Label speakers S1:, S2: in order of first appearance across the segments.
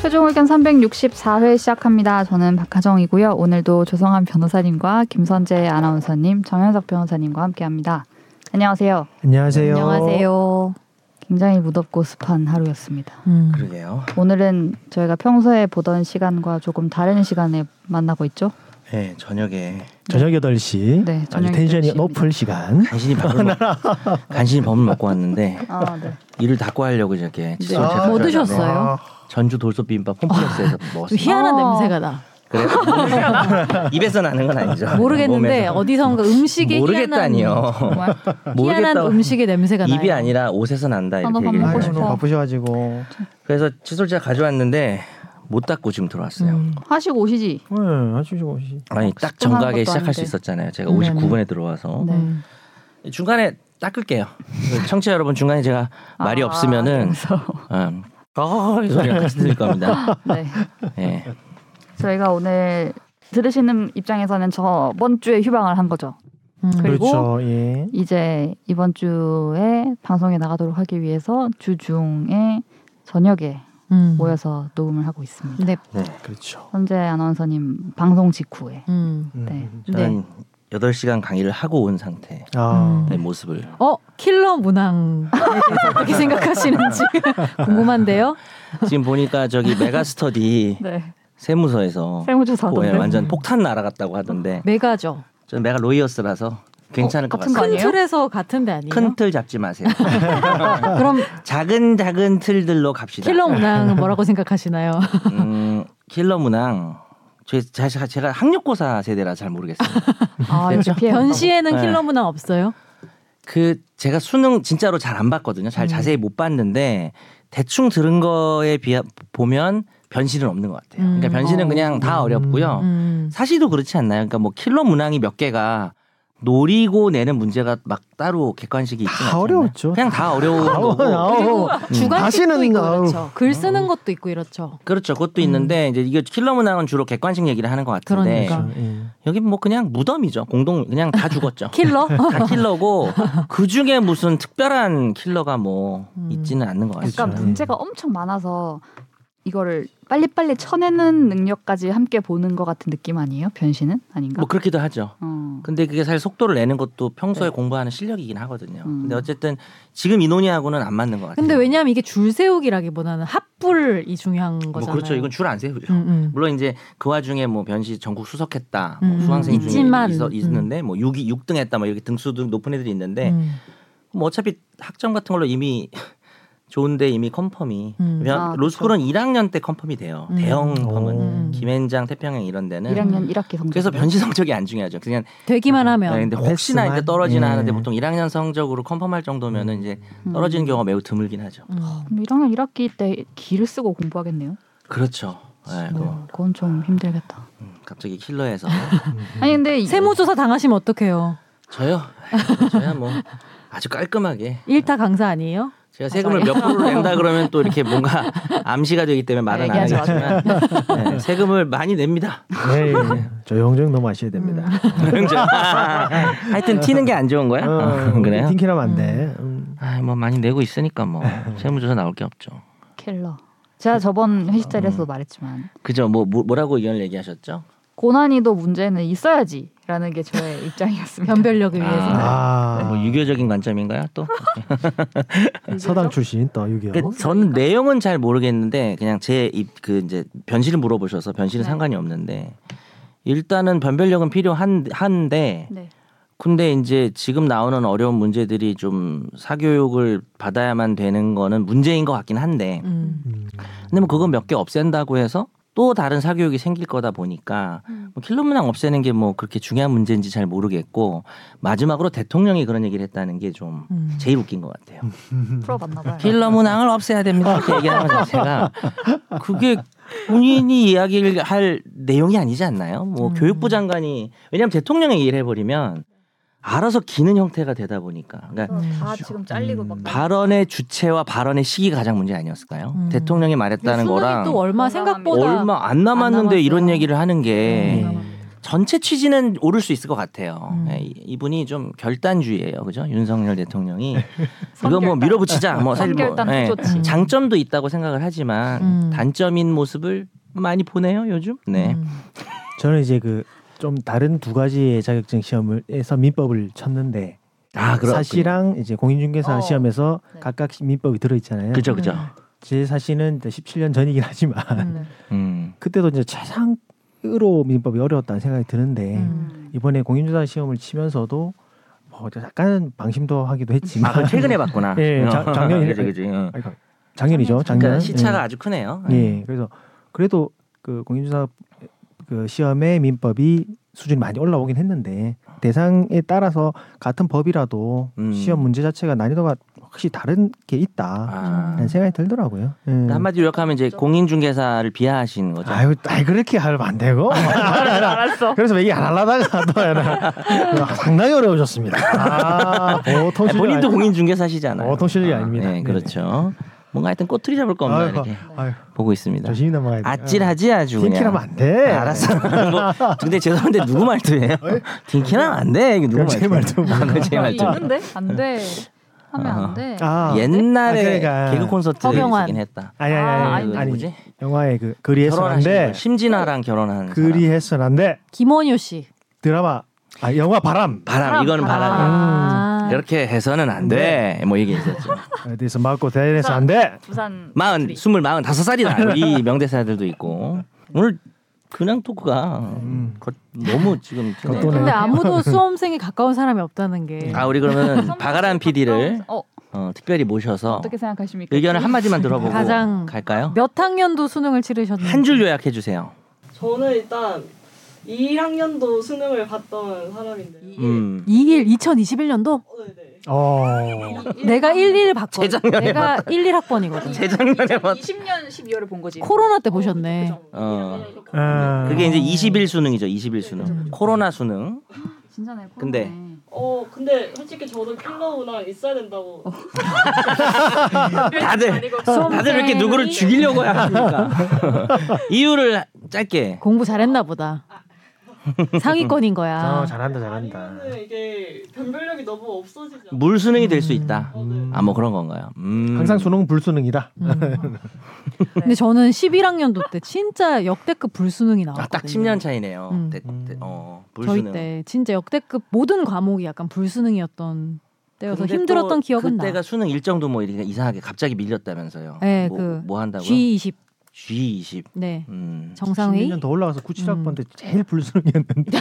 S1: 최종의견 364회 시작합니다. 저는 박하정이고요. 오늘도 조성한 변호사님과 김선재 아나운서님, 정현석 변호사님과 함께합니다. 안녕하세요.
S2: 안녕하세요.
S3: 안녕하세요.
S1: 굉장히 무덥고 습한 하루였습니다.
S3: 음.
S2: 그러게요.
S1: 오늘은 저희가 평소에 보던 시간과 조금 다른 시간에 만나고 있죠.
S4: 네 저녁에
S2: 저녁 8시.
S1: 네, 저녁
S2: 아주 텐션이
S1: 8시입니다.
S2: 높을 시간.
S4: 간신히 밥을 먹, 간신히 밥을 먹고 왔는데
S1: 아, 네.
S4: 이를 닦고 하려고 이렇게 지금
S2: 아,
S4: 제가
S3: 뭐
S4: 저녁에
S3: 드셨어요?
S4: 전주 돌솥비빔밥 홈플러스에서
S3: 좀
S4: 먹었어요.
S3: 희한한
S1: 아.
S3: 냄새가 나.
S4: 그래 입에서 나는 건 아니죠.
S3: 모르겠는데
S4: 몸에서.
S3: 어디선가 음식의
S4: 모르겠다니요.
S1: 정말
S3: 희한한, 희한한
S4: 모르겠다.
S3: 음식의 냄새가 나.
S4: 입이 아니라 옷에서 난다
S1: 나도
S4: 이렇게
S1: 밥
S4: 얘기를
S1: 먹고
S2: 아유,
S4: 해요.
S1: 싶어.
S2: 바쁘셔가지고.
S4: 그래서 칫솔 제가 가져왔는데 못 닦고 지금 들어왔어요.
S3: 음.
S1: 하시고 오시지.
S2: 네, 하시죠. 하시.
S4: 아니 딱
S1: 식당한
S4: 정각에
S1: 것도
S4: 시작할
S1: 아닌데.
S4: 수 있었잖아요. 제가
S3: 네네.
S4: 59분에 들어와서
S1: 네.
S4: 중간에 닦을게요. 청취자 여러분 중간에 제가 말이
S1: 아,
S4: 없으면은
S1: 그래서,
S4: 음, 아, 이 소리가 같이 들릴 겁니다.
S1: 네.
S4: 예.
S1: 저희가 오늘 들으시는 입장에서는 저번 주에 휴방을 한 거죠.
S3: 음.
S1: 그리고
S2: 그렇죠. 예.
S1: 이제 이번 주에 방송에 나가도록 하기 위해서 주중에 저녁에
S3: 음.
S1: 모여서 녹음을 하고 있습니다.
S3: 네.
S4: 네.
S2: 그렇죠.
S1: 선재 아나운서님 방송 직후에
S3: 음.
S2: 음.
S1: 네.
S4: 저는 여덟 시간 강의를 하고 온 상태의 네,
S2: 아.
S3: 음.
S4: 모습을
S3: 어 킬러 문항 어떻게 생각하시는지 궁금한데요.
S4: 지금 보니까 저기 메가스터디
S1: 네.
S4: 세무서에서
S1: 세무조사던데
S4: 보면 완전 폭탄 날아갔다고 하던데
S3: 메가죠.
S4: 저는 메가 로이어스라서 괜찮을 것
S1: 같은 거
S4: 같습니다.
S3: 큰
S1: 아니에요?
S3: 틀에서 같은 데 아니에요? 아,
S4: 큰 아, 틀 잡지 마세요.
S3: 그럼
S4: 작은 작은 틀들로 갑시다.
S3: 킬러 문항은 뭐라고 생각하시나요?
S4: 음, 킬러 문항. 제, 제가, 제가 학력고사 세대라 잘 모르겠어요.
S1: 아, 역시 피해
S3: 변시에는
S4: 네.
S3: 킬러 문항 없어요?
S4: 그 제가 수능 진짜로 잘 안 봤거든요. 잘
S3: 음.
S4: 자세히 못 봤는데 대충 들은 거에 비해 보면 변신은 없는 것 같아요. 그러니까
S3: 음.
S4: 변신은
S3: 어.
S4: 그냥 다
S2: 음.
S4: 어렵고요.
S3: 음.
S4: 사실도 그렇지 않나요? 그러니까 뭐 킬러 문항이 몇 개가 노리고 내는 문제가 막 따로 객관식이 있지 않아요.
S2: 어려웠죠.
S4: 그냥 다 어려운 거고.
S3: 그리고
S2: 아우.
S4: 음.
S2: 음.
S3: 주관식도
S2: 다시는 어.
S3: 있고
S2: 아우.
S3: 그렇죠. 글 쓰는 것도 있고 이렇죠. 음.
S4: 그렇죠. 그것도 있는데 이제 이게 킬러 문항은 주로 객관식 얘기를 하는 것 같은데
S3: 그러니까.
S2: 예.
S4: 여기 뭐 그냥 무덤이죠. 공동 그냥 다 죽었죠.
S3: 킬러?
S4: 다 킬러고 그 중에 무슨 특별한 킬러가 뭐
S3: 음.
S4: 있지는 않는 것 같아요.
S1: 약간
S2: 그렇죠.
S1: 문제가 엄청 많아서 이거를 빨리빨리 쳐내는 능력까지 함께 보는 것 같은 느낌 아니에요? 변신은
S3: 그러니까.
S1: 아닌가?
S4: 뭐 그렇기도 하죠.
S1: 어.
S4: 근데 그게 사실 속도를 내는 것도
S3: 네.
S4: 평소에 공부하는 실력이긴 하거든요.
S1: 음.
S4: 근데 어쨌든 지금 인원이하고는 안 맞는 것 같아요.
S3: 근데 왜냐하면 이게 줄 세우기라기보다는 합불이 중요한 거잖아요.
S4: 뭐 그렇죠. 이건 줄 안 세우죠.
S3: 음, 음.
S4: 물론 이제 그 와중에 뭐 변시 전국 수석했다,
S3: 음,
S4: 뭐 수강생 중에
S3: 있지만,
S4: 있어, 있는데 뭐 6위 6등했다, 뭐 이렇게 등수 등 높은 애들이 있는데
S3: 음.
S4: 뭐 어차피 학점 같은 걸로 이미 좋은데 이미 컨펌이
S3: 음.
S4: 왜냐면
S1: 아,
S4: 로스쿨은 1학년 때 컨펌이 돼요.
S3: 음.
S4: 대형
S2: 오.
S4: 펌은
S3: 음.
S4: 김앤장, 태평양 이런 데는
S1: 1학년 1학기 성적.
S4: 네. 그래서 변시 성적이 안 중요하죠. 그냥
S3: 되기만 하면
S4: 네, 근데 혹시나
S2: 패스만?
S4: 이제 떨어지나
S2: 예.
S4: 하는데 보통 1학년 성적으로 컨펌할 정도면은 이제 떨어지는 경우가 매우 드물긴 하죠.
S3: 음.
S1: 1학년 1학기 때 기를 쓰고 공부하겠네요.
S4: 그렇죠. 예, 그거.
S1: 어, 그건 좀 힘들겠다.
S4: 음, 갑자기 킬러에서 음.
S1: 아니 근데 이-
S3: 세무조사 당하시면 어떡해요?
S4: 저요? 저야 뭐 아주 깔끔하게
S3: 일타 강사 아니에요?
S4: 제가 세금을 몇 프로 낸다 그러면 또 이렇게 뭔가 암시가 되기 때문에 말은 안
S1: 얘기하지
S4: 하겠지만 예, 세금을 많이 냅니다.
S2: 예, 예. 조용정 넘어가셔야 됩니다.
S4: 하여튼 튀는 게 안 좋은 거야? 아,
S2: 어,
S4: 그래요?
S2: 팅킬하면 안 돼. 음.
S4: 아, 뭐 많이 내고 있으니까 뭐 세무조사 나올 게 없죠.
S1: 킬러. 제가 저번 회식 자리에서도
S4: 음.
S1: 말했지만
S4: 그죠? 뭐 뭐- 뭐라고 의견을 얘기하셨죠?
S1: 고난이도 문제는 있어야지라는 게 저의 입장이었습니다.
S3: 변별력을 위해서.
S2: 아.
S4: 뭐 유교적인 관점인가요? 또? 아,
S2: 서당 출신 또 유교.
S4: 그 저는 내용은 잘 모르겠는데 그냥 제 입 그 이제 변실을 물어보셔서 변실은
S1: 네.
S4: 상관이 없는데 일단은 변별력은 필요한 한데
S1: 네.
S4: 근데 이제 지금 나오는 어려운 문제들이 좀 사교육을 받아야만 되는 거는 문제인 것 같긴 한데
S3: 음.
S2: 음.
S4: 근데 뭐 그건 몇 개 없앤다고 해서 또 다른 사교육이 생길 거다 보니까
S1: 음.
S4: 뭐 킬러 문항 없애는 게 뭐 그렇게 중요한 문제인지 잘 모르겠고 마지막으로 대통령이 그런 얘기를 했다는 게 좀
S3: 음.
S4: 제일 웃긴 것 같아요.
S1: 풀어봤나 봐요.
S4: 킬러 문항을 없애야 됩니다. 이렇게 얘기하는 거 자체가 그게 본인이 이야기를 할 내용이 아니지 않나요? 뭐
S3: 음.
S4: 교육부 장관이 왜냐하면 대통령이 얘기를 해버리면 알아서 기는 형태가 되다 보니까 그러니까
S3: 음.
S1: 다 지금 잘리고
S4: 음.
S1: 막
S4: 발언의 주체와 발언의 시기가 가장 문제 아니었을까요?
S3: 음.
S4: 대통령이
S3: 근데
S4: 말했다는
S3: 수능이
S4: 거랑
S3: 또 얼마
S1: 얼마
S3: 생각보다
S4: 얼마 안 남았는데
S3: 남았어요.
S4: 예.
S2: 예.
S4: 이런 얘기를 하는 게
S3: 음.
S4: 전체 취지는 오를 수 있을 것 같아요.
S3: 음.
S4: 예, 이- 이분이 좀 결단주의예요, 그죠? 윤석열 대통령이 이거 뭐 밀어붙이자, 뭐 사실 뭐
S1: 선결단
S4: 예,
S1: 후조치.
S4: 장점도 있다고 생각을 하지만
S3: 음.
S4: 단점인 모습을 많이 보네요 요즘. 네.
S3: 음.
S2: 저는 이제 그 좀 다른 두 가지의 자격증 시험을에서 민법을 쳤는데
S4: 아, 그렇군요.
S2: 사시랑 이제 공인중개사
S1: 어.
S2: 시험에서
S1: 네.
S2: 각각 민법이 들어있잖아요.
S4: 그죠, 그죠.
S2: 제 사시는 이제 17년 전이긴 하지만
S3: 음.
S4: 음.
S2: 그때도 이제 최상으로 민법이 어려웠다는 생각이 드는데
S3: 음.
S2: 이번에 공인중개사 시험을 치면서도 뭐 약간 방심도 하기도 했지만
S4: 아, 그건 최근에 봤구나.
S2: 예, 자- 작년이네.
S4: 그지, 그지. 어.
S2: 아니, 작년이죠. 작년.
S4: 그러니까 시차가
S2: 예.
S4: 아주 크네요.
S2: 예. 그래서 그래도 그 공인중사 그 시험의 민법이 수준이 많이 올라오긴 했는데 대상에 따라서 같은 법이라도
S4: 음.
S2: 시험 문제 자체가 난이도가 확실히 다른 게 있다.
S4: 아.
S2: 라는 생각이 들더라고요. 예.
S4: 그러니까 한마디로 요약하면 이제 공인중개사를 비하하시는 거죠. 아,
S2: 아유, 아이 그렇게 하면 안 되고.
S1: 알았어.
S2: 그래서 얘기 안 하려다가 또 하나. 아, 상당히 어려우셨습니다. 아, 보통
S4: 아니,
S2: 실력
S4: 본인도
S2: 아니-
S4: 공인중개사시잖아요.
S2: 어, 통신이
S4: 아,
S2: 아닙니다.
S4: 네,
S2: 네.
S4: 그렇죠. 뭔가 하여튼 꼬투리 잡을 거 없나
S2: 아유,
S4: 이렇게
S2: 아유,
S4: 보고 있습니다.
S2: 조심히 넘어가야 돼.
S4: 아찔하지 아주 그냥.
S2: 팀킬하면 예. 안 돼. 어?
S4: 아, 알았어. 뭐, 근데 죄송한데 누구 말투예요? 팅키나면 안 돼. 이게 누구
S2: 그럼 제
S4: 말투? 제 말투.
S1: 있는데 안 돼.
S4: 음.
S1: 하면 안 돼.
S2: 아,
S4: 옛날에
S2: 아, 그러니까.
S4: 개그 콘서트
S3: 허경환.
S4: 있긴 했다. 그
S2: 아니 아니
S1: 아,
S2: 아니,
S1: 아니,
S2: 아니,
S4: 누구지?
S2: 영화의 그 그리해서는데
S4: 결혼하신 심진아랑 결혼한 사람.
S2: 그리해서는데
S3: 김원효 씨.
S2: 드라마 아 영화 바람
S4: 바람 이거는 바람.
S3: 아.
S4: 이렇게 해서는 안 돼.
S2: 네.
S4: 뭐 이게 있었죠.
S2: 어디서 맞고 대련해서 안돼
S1: 부산
S4: 마흔, 스물, 마흔, 다섯 살이다. 이 명대사들도 있고 오늘 그냥 토크가 거- 너무 지금 튀네요.
S2: 음. 겉도네.
S3: 근데 아무도 수험생에 가까운 사람이 없다는 게.
S4: 아 우리
S1: 네.
S4: 그러면 박아란 PD를
S1: 어,
S4: 어, 특별히 모셔서
S1: 어떻게 생각하십니까?
S4: 의견을 한 마디만 들어보고
S3: 가장
S4: 갈까요?
S3: 몇 학년도 수능을 치르셨는지.
S4: 한 줄 요약해 주세요.
S5: 저는 일단 2학년도 수능을 봤던
S3: 예.
S5: 사람인데요.
S4: 음.
S3: 2일 2021년도
S5: 어, 네네.
S2: 어
S3: 내가 11을 봤거든.
S4: 재작년에
S3: 내가 11 학번이거든.
S4: 재작년에 봤.
S1: 20년 12월에 본
S4: 예.
S1: 거지.
S3: 코로나 때 보셨네.
S4: 어.
S2: 아.
S4: 그게 이제 20일 수능이죠. 20일
S3: 음.
S4: 수능. 코로나 수능.
S1: 진짜네. 코로나.
S4: 근데
S5: 어 근데 솔직히 저도 킬러 문항 있어야 된다고
S4: 다들 다들 왜 이렇게 누구를 죽이려고 하십니까? 이유를 짧게.
S3: 공부 잘했나 보다.
S4: 아.
S3: 상위권인 거야.
S2: 어, 잘한다 잘한다
S5: 아니면은 이게 변별력이 너무 없어지죠.
S4: 물 수능이 될 수 있다.
S5: 어, 네.
S4: 아 뭐 그런 건가요? 음.
S2: 항상 수능 불수능이다
S3: 음. 근데 저는 11학년도 때 진짜 역대급 불수능이 나왔거든요.
S4: 아, 딱 10년 차이네요.
S3: 음.
S4: 대- 대- 어,
S3: 저희
S4: 불수능.
S3: 때 진짜 역대급 모든 과목이 약간 불수능이었던 때여서
S4: 근데 또
S3: 힘들었던 기억은
S4: 그때가
S3: 나.
S4: 수능 일정도 뭐 이렇게 이상하게 갑자기 밀렸다면서요.
S3: 네,
S4: 뭐,
S3: 그
S4: 뭐 한다고요?
S3: G20.
S4: G20.
S3: 네.
S4: 음.
S3: 정상회의.
S2: 10년 더 올라가서 97학번
S3: 음.
S2: 때 제일 불수능이었는데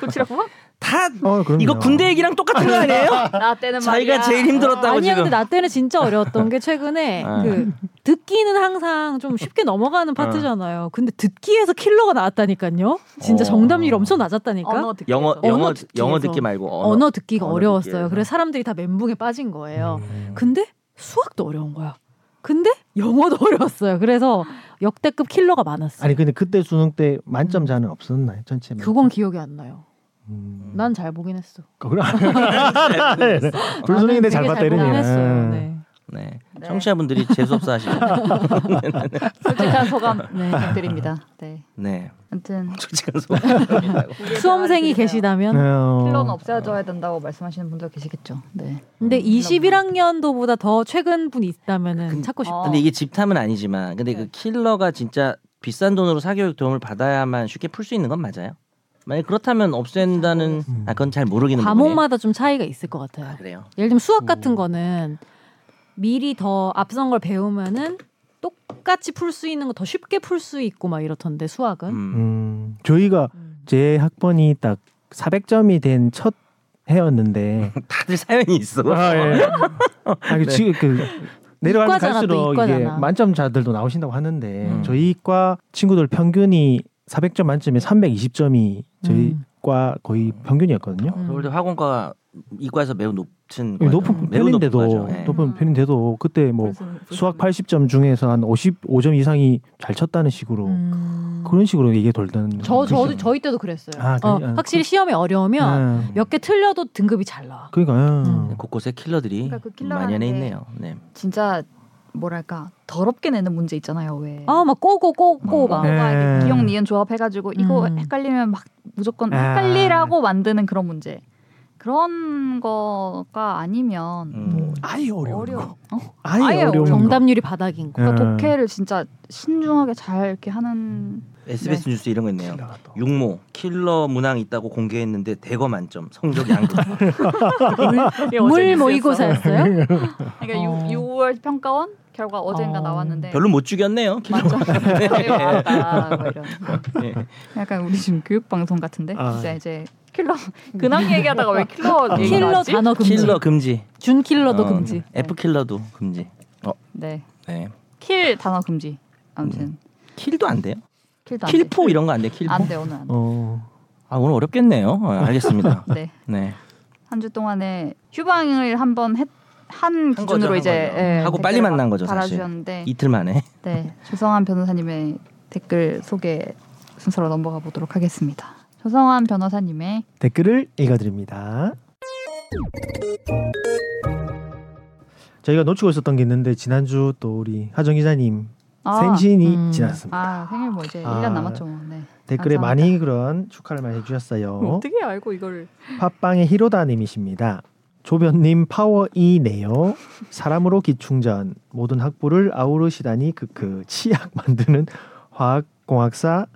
S1: 고치라고?
S4: 다
S2: 어, 그럼요.
S4: 이거 군대 얘기랑 똑같은 거 아니에요?
S1: 나 때는
S4: 자기가 제일 힘들었다고
S3: 아니야
S4: 지금.
S3: 근데 나 때는 진짜 어려웠던 게 최근에
S4: 아.
S3: 그 듣기는 항상 좀 쉽게 넘어가는 파트잖아요. 근데 듣기에서 킬러가 나왔다니까요. 진짜
S4: 어.
S3: 정답률이 엄청 낮았다니까.
S1: 언어 듣기.
S4: 영어
S1: 해서.
S3: 영-
S4: 영어
S3: 언어
S4: 듣-
S3: 듣기에서.
S4: 영어 듣기 말고 언어.
S3: 언어 듣기가
S4: 언어
S3: 어려웠어요.
S4: 듣기에서.
S3: 그래서 사람들이 다 멘붕에 빠진 거예요. 그
S2: 음.
S3: 근데 수학도 어려운 거야. 근데 영어도 어려웠어요. 그래서 역대급 킬러가 많았어요.
S2: 아니 근데 그때 수능 때 만점자는 없었나요 전체 만점?
S3: 그건 기억이 안 나요.
S2: 음.
S3: 난 잘 보긴 했어.
S2: 그건 불수능인데
S3: 나는
S2: 잘
S3: 되게
S2: 봤다 음.
S3: 보긴
S2: 이런 얘기
S3: 했어요. 네.
S4: 네.
S1: 네.
S4: 청취자분들이 재수 없어 하시네요.
S1: 솔직한 소감
S3: 네.
S1: 부탁드립니다. 네.
S4: 네.
S1: 아무튼
S4: 솔직한 소감.
S3: 네.
S4: 네.
S3: 수험생이
S2: 네.
S3: 계시다면
S1: 필러는
S4: 어.
S2: 킬러는
S1: 없애줘야 된다고 말씀하시는 분들 계시겠죠. 네.
S3: 근데 21학년도보다 더 최근 분이 있다면은
S4: 근- 아.
S3: 찾고 싶다.
S1: 어.
S4: 근데 이게 집탐은 아니지만 근데 그 킬러가 진짜 비싼 돈으로 사교육 도움을 받아야만 쉽게 풀 수 있는 건 맞아요? 만약 그렇다면 없앤다는 아 그건 잘 모르기는
S3: 과목마다 좀 차이가 있을 것
S4: 부분이에요. 아,
S3: 같아요.
S4: 그래요.
S3: 예를 들면 수학 같은
S2: 오.
S3: 거는 미리 더 앞선 걸 배우면은 똑같이 풀 수 있는 거 더 쉽게 풀 수 있고 막 이렇던데 수학은
S4: 음.
S2: 음, 저희가 제 학번이 딱 400점이 된 첫 해였는데
S4: 다들 사연이 있어.
S2: 아, 예. 아니,
S4: 네.
S2: 지금 그 내려가면
S3: 이과잖아, 또
S2: 갈수록 이게
S3: 이과잖아.
S2: 만점자들도 나오신다고 하는데
S4: 음.
S2: 저희 과 친구들 평균이 400점 만점에 320점이 저희
S3: 음.
S2: 과 거의 평균이었거든요.
S3: 음.
S4: 서울대 화공과 이과에서 매우 높은 과죠.
S2: 높은
S4: 매우
S2: 편인데도
S3: 네.
S4: 과죠. 예.
S2: 높은 편인데도 그때 뭐 수학 80점 중에서 한 55점 이상이 잘 쳤다는 식으로
S3: 음.
S2: 그런 식으로 이게 돌던
S3: 저 저도
S2: 그죠?
S3: 저희 때도 그랬어요.
S2: 그렇죠. 아,
S3: 어,
S2: 그래요?
S3: 확실히 시험에 어려우면
S2: 예.
S3: 몇 개 틀려도 등급이 잘 나와.
S2: 그러니까 예.
S3: 음.
S4: 곳곳에 킬러들이
S1: 그러니까 그 킬러라는
S4: 만연해
S1: 게
S4: 있네요. 네.
S1: 진짜 뭐랄까 더럽게 내는 문제 있잖아요. 왜?
S3: 아막 꼬고 꼬고
S1: 꼬막
S3: 막
S2: 네.
S1: 이렇게 기억 니은 조합해가지고 이거
S3: 음.
S1: 헷갈리면 막 무조건
S2: 아.
S1: 헷갈리라고 만드는 그런 문제 그런 거가 아니면
S4: 음.
S2: 아예 어려운
S1: 어려워.
S2: 거.
S1: 어?
S2: 아예,
S1: 아예
S2: 어려운 거.
S3: 정답률이 바닥인 거.
S1: 그러니까
S2: 예.
S1: 독해를 진짜 신중하게 잘 이렇게 하는
S4: SBS 뉴스 이런 거 있네요.
S2: 킬러가 또.
S4: 육모 킬러 문항 있다고 공개했는데 대거 만점 성적 양극
S2: 네.
S3: 물뭐 모의고사였어요?
S1: 그러니까 유-
S3: 어.
S1: 6월 평가원 결과 어젠가
S3: 어.
S1: 나왔는데
S4: 별로 못 죽였네요. 킬러.
S1: 맞죠? 별로 나왔다, 뭐 이런.
S4: 예.
S1: 약간 우리 지금 교육 방송 근데
S2: 아.
S1: 진짜 이제 킬러 근황 얘기하다가 왜 킬러 얘기
S3: 킬러
S1: 나왔지?
S3: 단어 금지.
S4: 킬러 금지.
S3: 준 킬러도
S4: 어,
S2: 아, 네.
S3: 금지. 음.
S4: F 킬러도 금지.
S1: 네.
S4: 네.
S1: 킬 단어 금지. 아무튼
S4: 킬도 안 돼요?
S1: 킬도 안 돼.
S4: 음. 킬포 이런 거 안 돼? 킬포?
S1: 안돼 오늘 안 돼.
S2: 어.
S4: 아 오늘 어렵겠네요. 어, 알겠습니다.
S1: 네.
S4: 네.
S1: 한 주 동안에 휴방을 한번 했, 한
S4: 거죠,
S1: 기준으로
S4: 한
S1: 이제
S4: 거죠.
S1: 예,
S4: 하고
S1: 댓글을
S4: 빨리
S1: 막
S4: 만난 거죠, 사실.
S1: 달아주셨는데
S4: 이틀 만에.
S1: 네 조성한 변호사님의 댓글 소개 순서로 넘어가 보도록 하겠습니다. 조성한 변호사님의
S2: 댓글을 읽어드립니다. 저희가 놓치고 있었던 게 있는데 지난주 또 우리 하정 기자님
S1: 아,
S2: 생신이
S3: 음.
S2: 지났습니다.
S1: 아 생일 뭐 이제
S2: 아.
S1: 1년 남았죠. 뭐. 네.
S2: 댓글에
S1: 감사합니다.
S2: 많이 그런 축하를 많이 해주셨어요.
S3: 알고 이걸?
S2: 팟빵의 히로다님이십니다. 조변님 파워이네요. 사람으로 기충전 모든 학부를 아우르시다니 크크 치약 만드는 화학공학사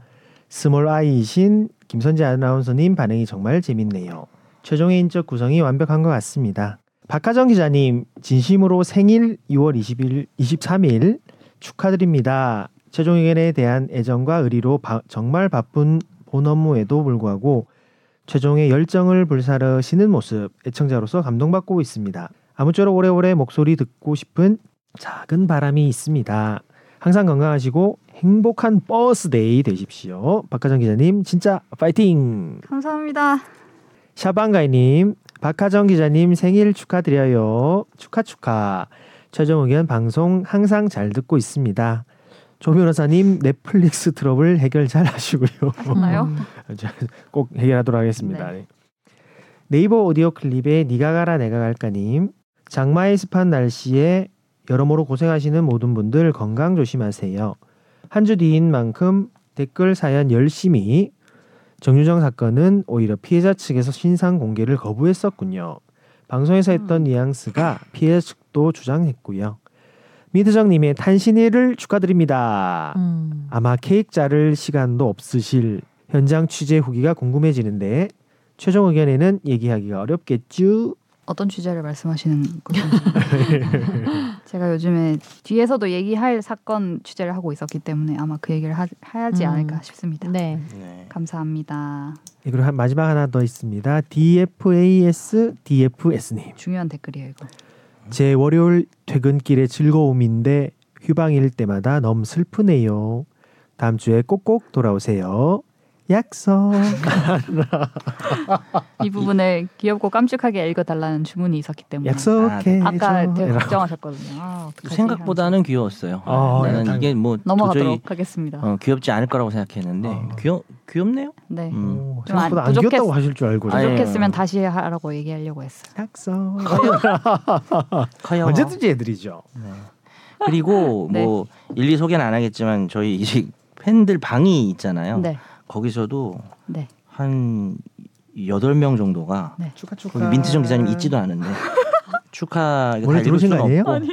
S2: 스몰 아이이신 김선재 아나운서님 반응이 정말 재밌네요. 최종의 인적 구성이 완벽한 것 같습니다. 박하정 기자님 진심으로 생일 6월 20일 23일 축하드립니다. 최종 의견에 대한 애정과 의리로 바- 정말 바쁜 본 업무에도 불구하고 최종의 열정을 불사르시는 모습 애청자로서 감동받고 있습니다. 아무쪼록 오래오래 목소리 듣고 싶은 작은 바람이 있습니다. 항상 건강하시고 행복한 버스데이 되십시오. 박하정 기자님 진짜 파이팅!
S1: 감사합니다.
S2: 샤방가이님, 박하정 기자님 생일 축하드려요. 축하 축하. 최종 의견 방송 항상 잘 듣고 있습니다. 조 변호사님 넷플릭스 트러블 해결 잘 하시고요.
S1: 하셨나요?
S2: 제가 꼭 해결하도록 하겠습니다. 네이버 오디오 클립에 니가 가라 내가 갈까님 장마의 습한 날씨에 여러모로 고생하시는 모든 분들 건강 조심하세요. 한 주 뒤인 만큼 댓글 사연 열심히 정유정 사건은 오히려 피해자 측에서 신상 공개를 거부했었군요. 방송에서 했던 뉘앙스가 피해 측도 주장했고요. 미드정님의 탄신일을 축하드립니다.
S3: 음.
S2: 아마 케이크 자를 시간도 없으실 현장 취재 후기가 궁금해지는데 최종 의견에는 얘기하기가 어렵겠죠.
S1: 어떤 취재를 말씀하시는 건지 제가 요즘에 뒤에서도 얘기할 사건 취재를 하고 있었기 때문에 아마 그 얘기를 하, 해야지
S3: 음.
S1: 않을까 싶습니다.
S3: 네.
S4: 네.
S1: 감사합니다.
S2: 네, 그리고 한 마지막 하나 더 있습니다. DFAS DFS님
S1: 중요한 댓글이에요 이거.
S2: 제 월요일 퇴근길의 즐거움인데 휴방일 때마다 너무 슬프네요. 다음 주에 꼭꼭 돌아오세요. 약속.
S4: 아,
S1: 이 부분을 귀엽고 깜찍하게 읽어달라는 주문이 있었기 때문에
S2: 약속해.
S4: 네.
S1: 아까 되게 걱정하셨거든요. 아, 어떡하지?
S4: 생각보다는 귀여웠어요.
S2: 아,
S4: 나는
S2: 약간
S4: 이게 뭐
S1: 네.
S4: 도저히
S1: 넘어가도록 하겠습니다.
S4: 어, 귀엽지 않을 거라고 생각했는데
S2: 어.
S4: 귀여 귀엽네요.
S1: 네.
S4: 음.
S2: 생각보다 안
S1: 부족했-
S2: 귀엽다고 하실 줄 알고
S4: 아니,
S1: 부족했으면 다시 하라고 얘기하려고 했어요.
S2: 약속.
S4: 커요.
S2: 언제든지 해드리죠.
S4: 그리고
S1: 네.
S4: 뭐 일일이 소개는 안 하겠지만 저희 이제 팬들 방이 있잖아요.
S1: 네,
S4: 거기서도
S1: 네.
S4: 한 여덟 명 정도가
S2: 축하
S1: 그러니까.
S4: 거기 민트정 기자님 있지도 않은데 축하 이거
S2: 원래
S4: 다 읽을
S2: 들어오신
S4: 수는
S2: 거 아니에요?
S4: 없고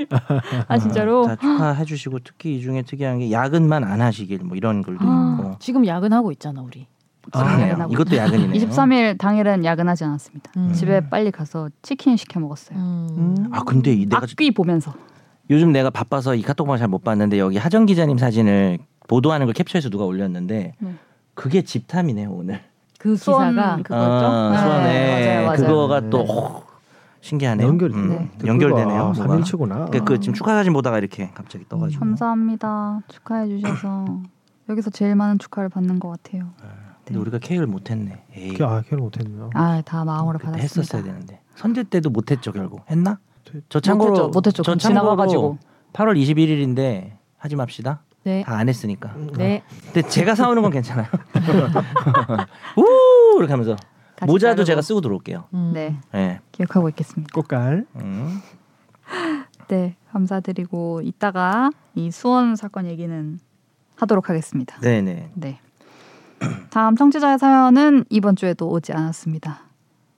S1: 아 진짜로
S4: 다 축하해 주시고 특히 이 중에 특이한 게 야근만 안 하시길 뭐 이런 글도
S1: 아.
S4: 있고
S3: 지금 야근하고 있잖아 우리.
S4: 그러네요.
S1: 야근하고
S4: 이것도 야근이네요.
S1: 23일 당일은 야근하지 않았습니다.
S3: 음.
S1: 집에 빨리 가서 치킨 시켜 먹었어요.
S3: 음.
S2: 음.
S4: 아 근데 이 내가
S1: 악귀 보면서
S4: 요즘 내가 바빠서 이 카톡방을 잘 못 봤는데 여기 하정 기자님 사진을 보도하는 걸 캡처해서 누가 올렸는데
S1: 네.
S4: 그게 집탐이네요 오늘.
S3: 그
S1: 수원
S3: 기사가
S1: 그거였죠?
S4: 아,
S1: 네,
S4: 수원에
S1: 맞아요, 맞아요.
S4: 그거가
S2: 네.
S4: 또 오, 신기하네요.
S2: 연결이
S4: 음,
S1: 네.
S4: 연결되네요. 뭐가.
S2: 3일치구나.
S4: 그, 그 지금 축하 사진 보다가 이렇게 갑자기
S1: 아. 음,
S4: 떠가지고
S1: 감사합니다. 축하해 주셔서 여기서 제일 많은 축하를 받는 것 같아요.
S4: 근데 우리가 케이크를 못했네. 에이,
S2: 아, 기억 못했네요.
S1: 아 다 마음으로
S4: 그때
S1: 받았습니다.
S4: 했었어야 되는데 선제 때도 못했죠 결국 했나?
S2: 못했-
S4: 저 참고로
S1: 못했죠, 못했죠.
S4: 저
S1: 그럼
S4: 참고로
S1: 지나가가지고
S4: 8월 21일인데 하지 맙시다.
S3: 네.
S4: 다 안 했으니까.
S1: 음.
S3: 네.
S4: 근데 제가 사오는 건 괜찮아요. 우 이렇게 하면서
S1: 같이
S4: 모자도
S1: 자르고.
S4: 제가 쓰고 들어올게요.
S3: 음.
S1: 네
S4: 예.
S1: 기억하고 있겠습니다.
S2: 꽃갈.
S4: 음.
S1: 네, 감사드리고 이따가 이 수원 사건 얘기는 하도록 하겠습니다.
S4: 네네.
S1: 네. 다음 청취자의 사연은 이번 주에도 오지 않았습니다.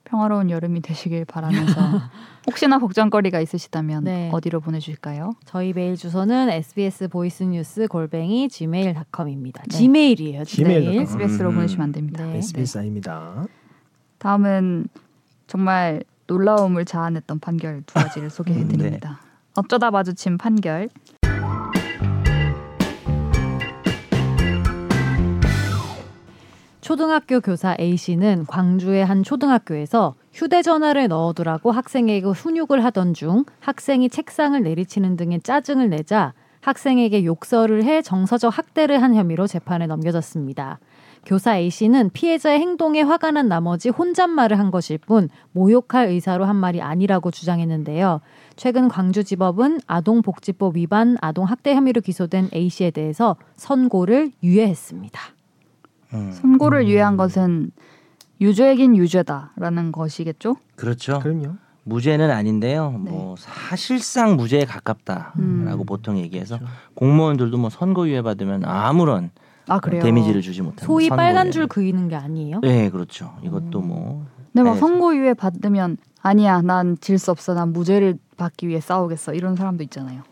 S1: 평화로운 여름이 되시길 바라면서 혹시나 걱정거리가 있으시다면
S3: 네.
S1: 어디로 보내주실까요?
S3: 저희 메일 주소는 sbs 보이스뉴스 골뱅이 gmail.com입니다.
S1: 네.
S3: gmail이에요. gmail.
S2: gmail.com.
S1: SBS로
S4: 음.
S1: 보내주시면 안 됩니다. 네.
S3: 네.
S2: SBS 아닙니다.
S4: 어.
S1: 다음은 정말 놀라움을 자아냈던 판결 두
S4: 음,
S1: 가지를
S4: 네.
S1: 소개해드립니다. 어쩌다 마주친 판결.
S3: 초등학교 교사 A 씨는 광주의 한 초등학교에서 휴대전화를 넣어두라고 학생에게 훈육을 하던 중 학생이 책상을 내리치는 등의 짜증을 내자 학생에게 욕설을 해 정서적 학대를 한 혐의로 재판에 넘겨졌습니다. 교사 A 씨는 피해자의 행동에 화가 난 나머지 혼잣말을 한 것일 뿐 모욕할 의사로 한 말이 아니라고 주장했는데요. 최근 광주지법은 아동복지법 위반 아동학대 혐의로 기소된 A 씨에 대해서 선고를 유예했습니다.
S4: 음.
S1: 선고를
S2: 음.
S1: 유예한 것은 유죄긴 유죄다라는 것이겠죠?
S4: 그렇죠.
S2: 그럼요.
S4: 무죄는 아닌데요.
S1: 네.
S4: 뭐 사실상 무죄에 가깝다라고
S1: 음.
S4: 보통 얘기해서
S2: 그렇죠.
S4: 공무원들도 뭐 선고유예 받으면 아무런
S1: 아 그래요.
S4: 데미지를 주지 못합니다.
S3: 소위 빨간 줄
S4: 선고유예는.
S3: 그이는 게 아니에요?
S4: 뭐 네, 그렇죠. 이것도 뭐
S1: 근데 막
S4: 네.
S1: 선고유예 받으면 아니야 난 질 수 없어 난 무죄를 받기 위해 싸우겠어 이런 사람도 있잖아요.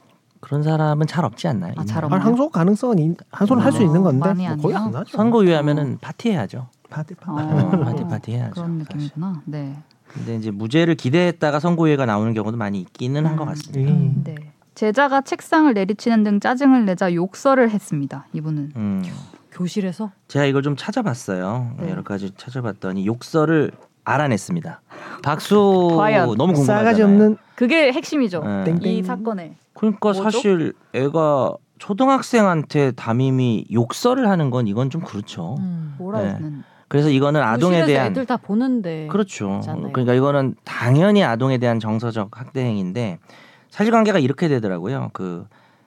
S4: 그런 사람은 잘 없지 않나요?
S1: 아, 잘
S2: 아,
S1: 없나요?
S2: 항소 가능성은 항소를 할 수
S4: 어,
S2: 있는 건데
S1: 음. 많이
S2: 뭐 거의
S1: 아니요.
S2: 안 나죠.
S4: 선고유예하면은 파티해야죠.
S2: 파티 음.
S1: 어,
S2: 파티.
S4: 어, 파티 파티 해야죠.
S1: 그런
S4: 사실.
S1: 느낌이구나. 네.
S4: 근데 이제 무죄를 기대했다가 선고유예가 나오는 경우도 많이 있기는 한 것
S1: 음.
S4: 같습니다.
S2: 음.
S1: 네. 제자가 책상을 내리치는 등 짜증을 내자 욕설을 했습니다. 이분은
S4: 음.
S3: 교실에서?
S4: 제가 이걸 좀 찾아봤어요.
S1: 네.
S4: 여러 가지 찾아봤더니 욕설을 알아냈습니다. 박수
S1: 과연.
S4: 너무 궁금하잖아요.
S2: 싸가지 없는
S1: 그게 핵심이죠.
S4: 네.
S2: 땡.
S1: 이 사건의
S4: 그러니까
S1: 뭐죠?
S4: 사실 애가 초등학생한테 담임이 욕설을 하는 건 이건 좀 그렇죠.
S3: 음.
S1: 뭐라
S4: 네.
S1: 했는
S4: 그래서 이거는 아동에
S3: 교실에서
S4: 대한
S3: 애들 다 보는데
S4: 그렇죠.
S3: 있잖아요.
S4: 그러니까 이거는 당연히 아동에 대한 정서적 학대 행위인데 사실관계가 이렇게 되더라고요. 그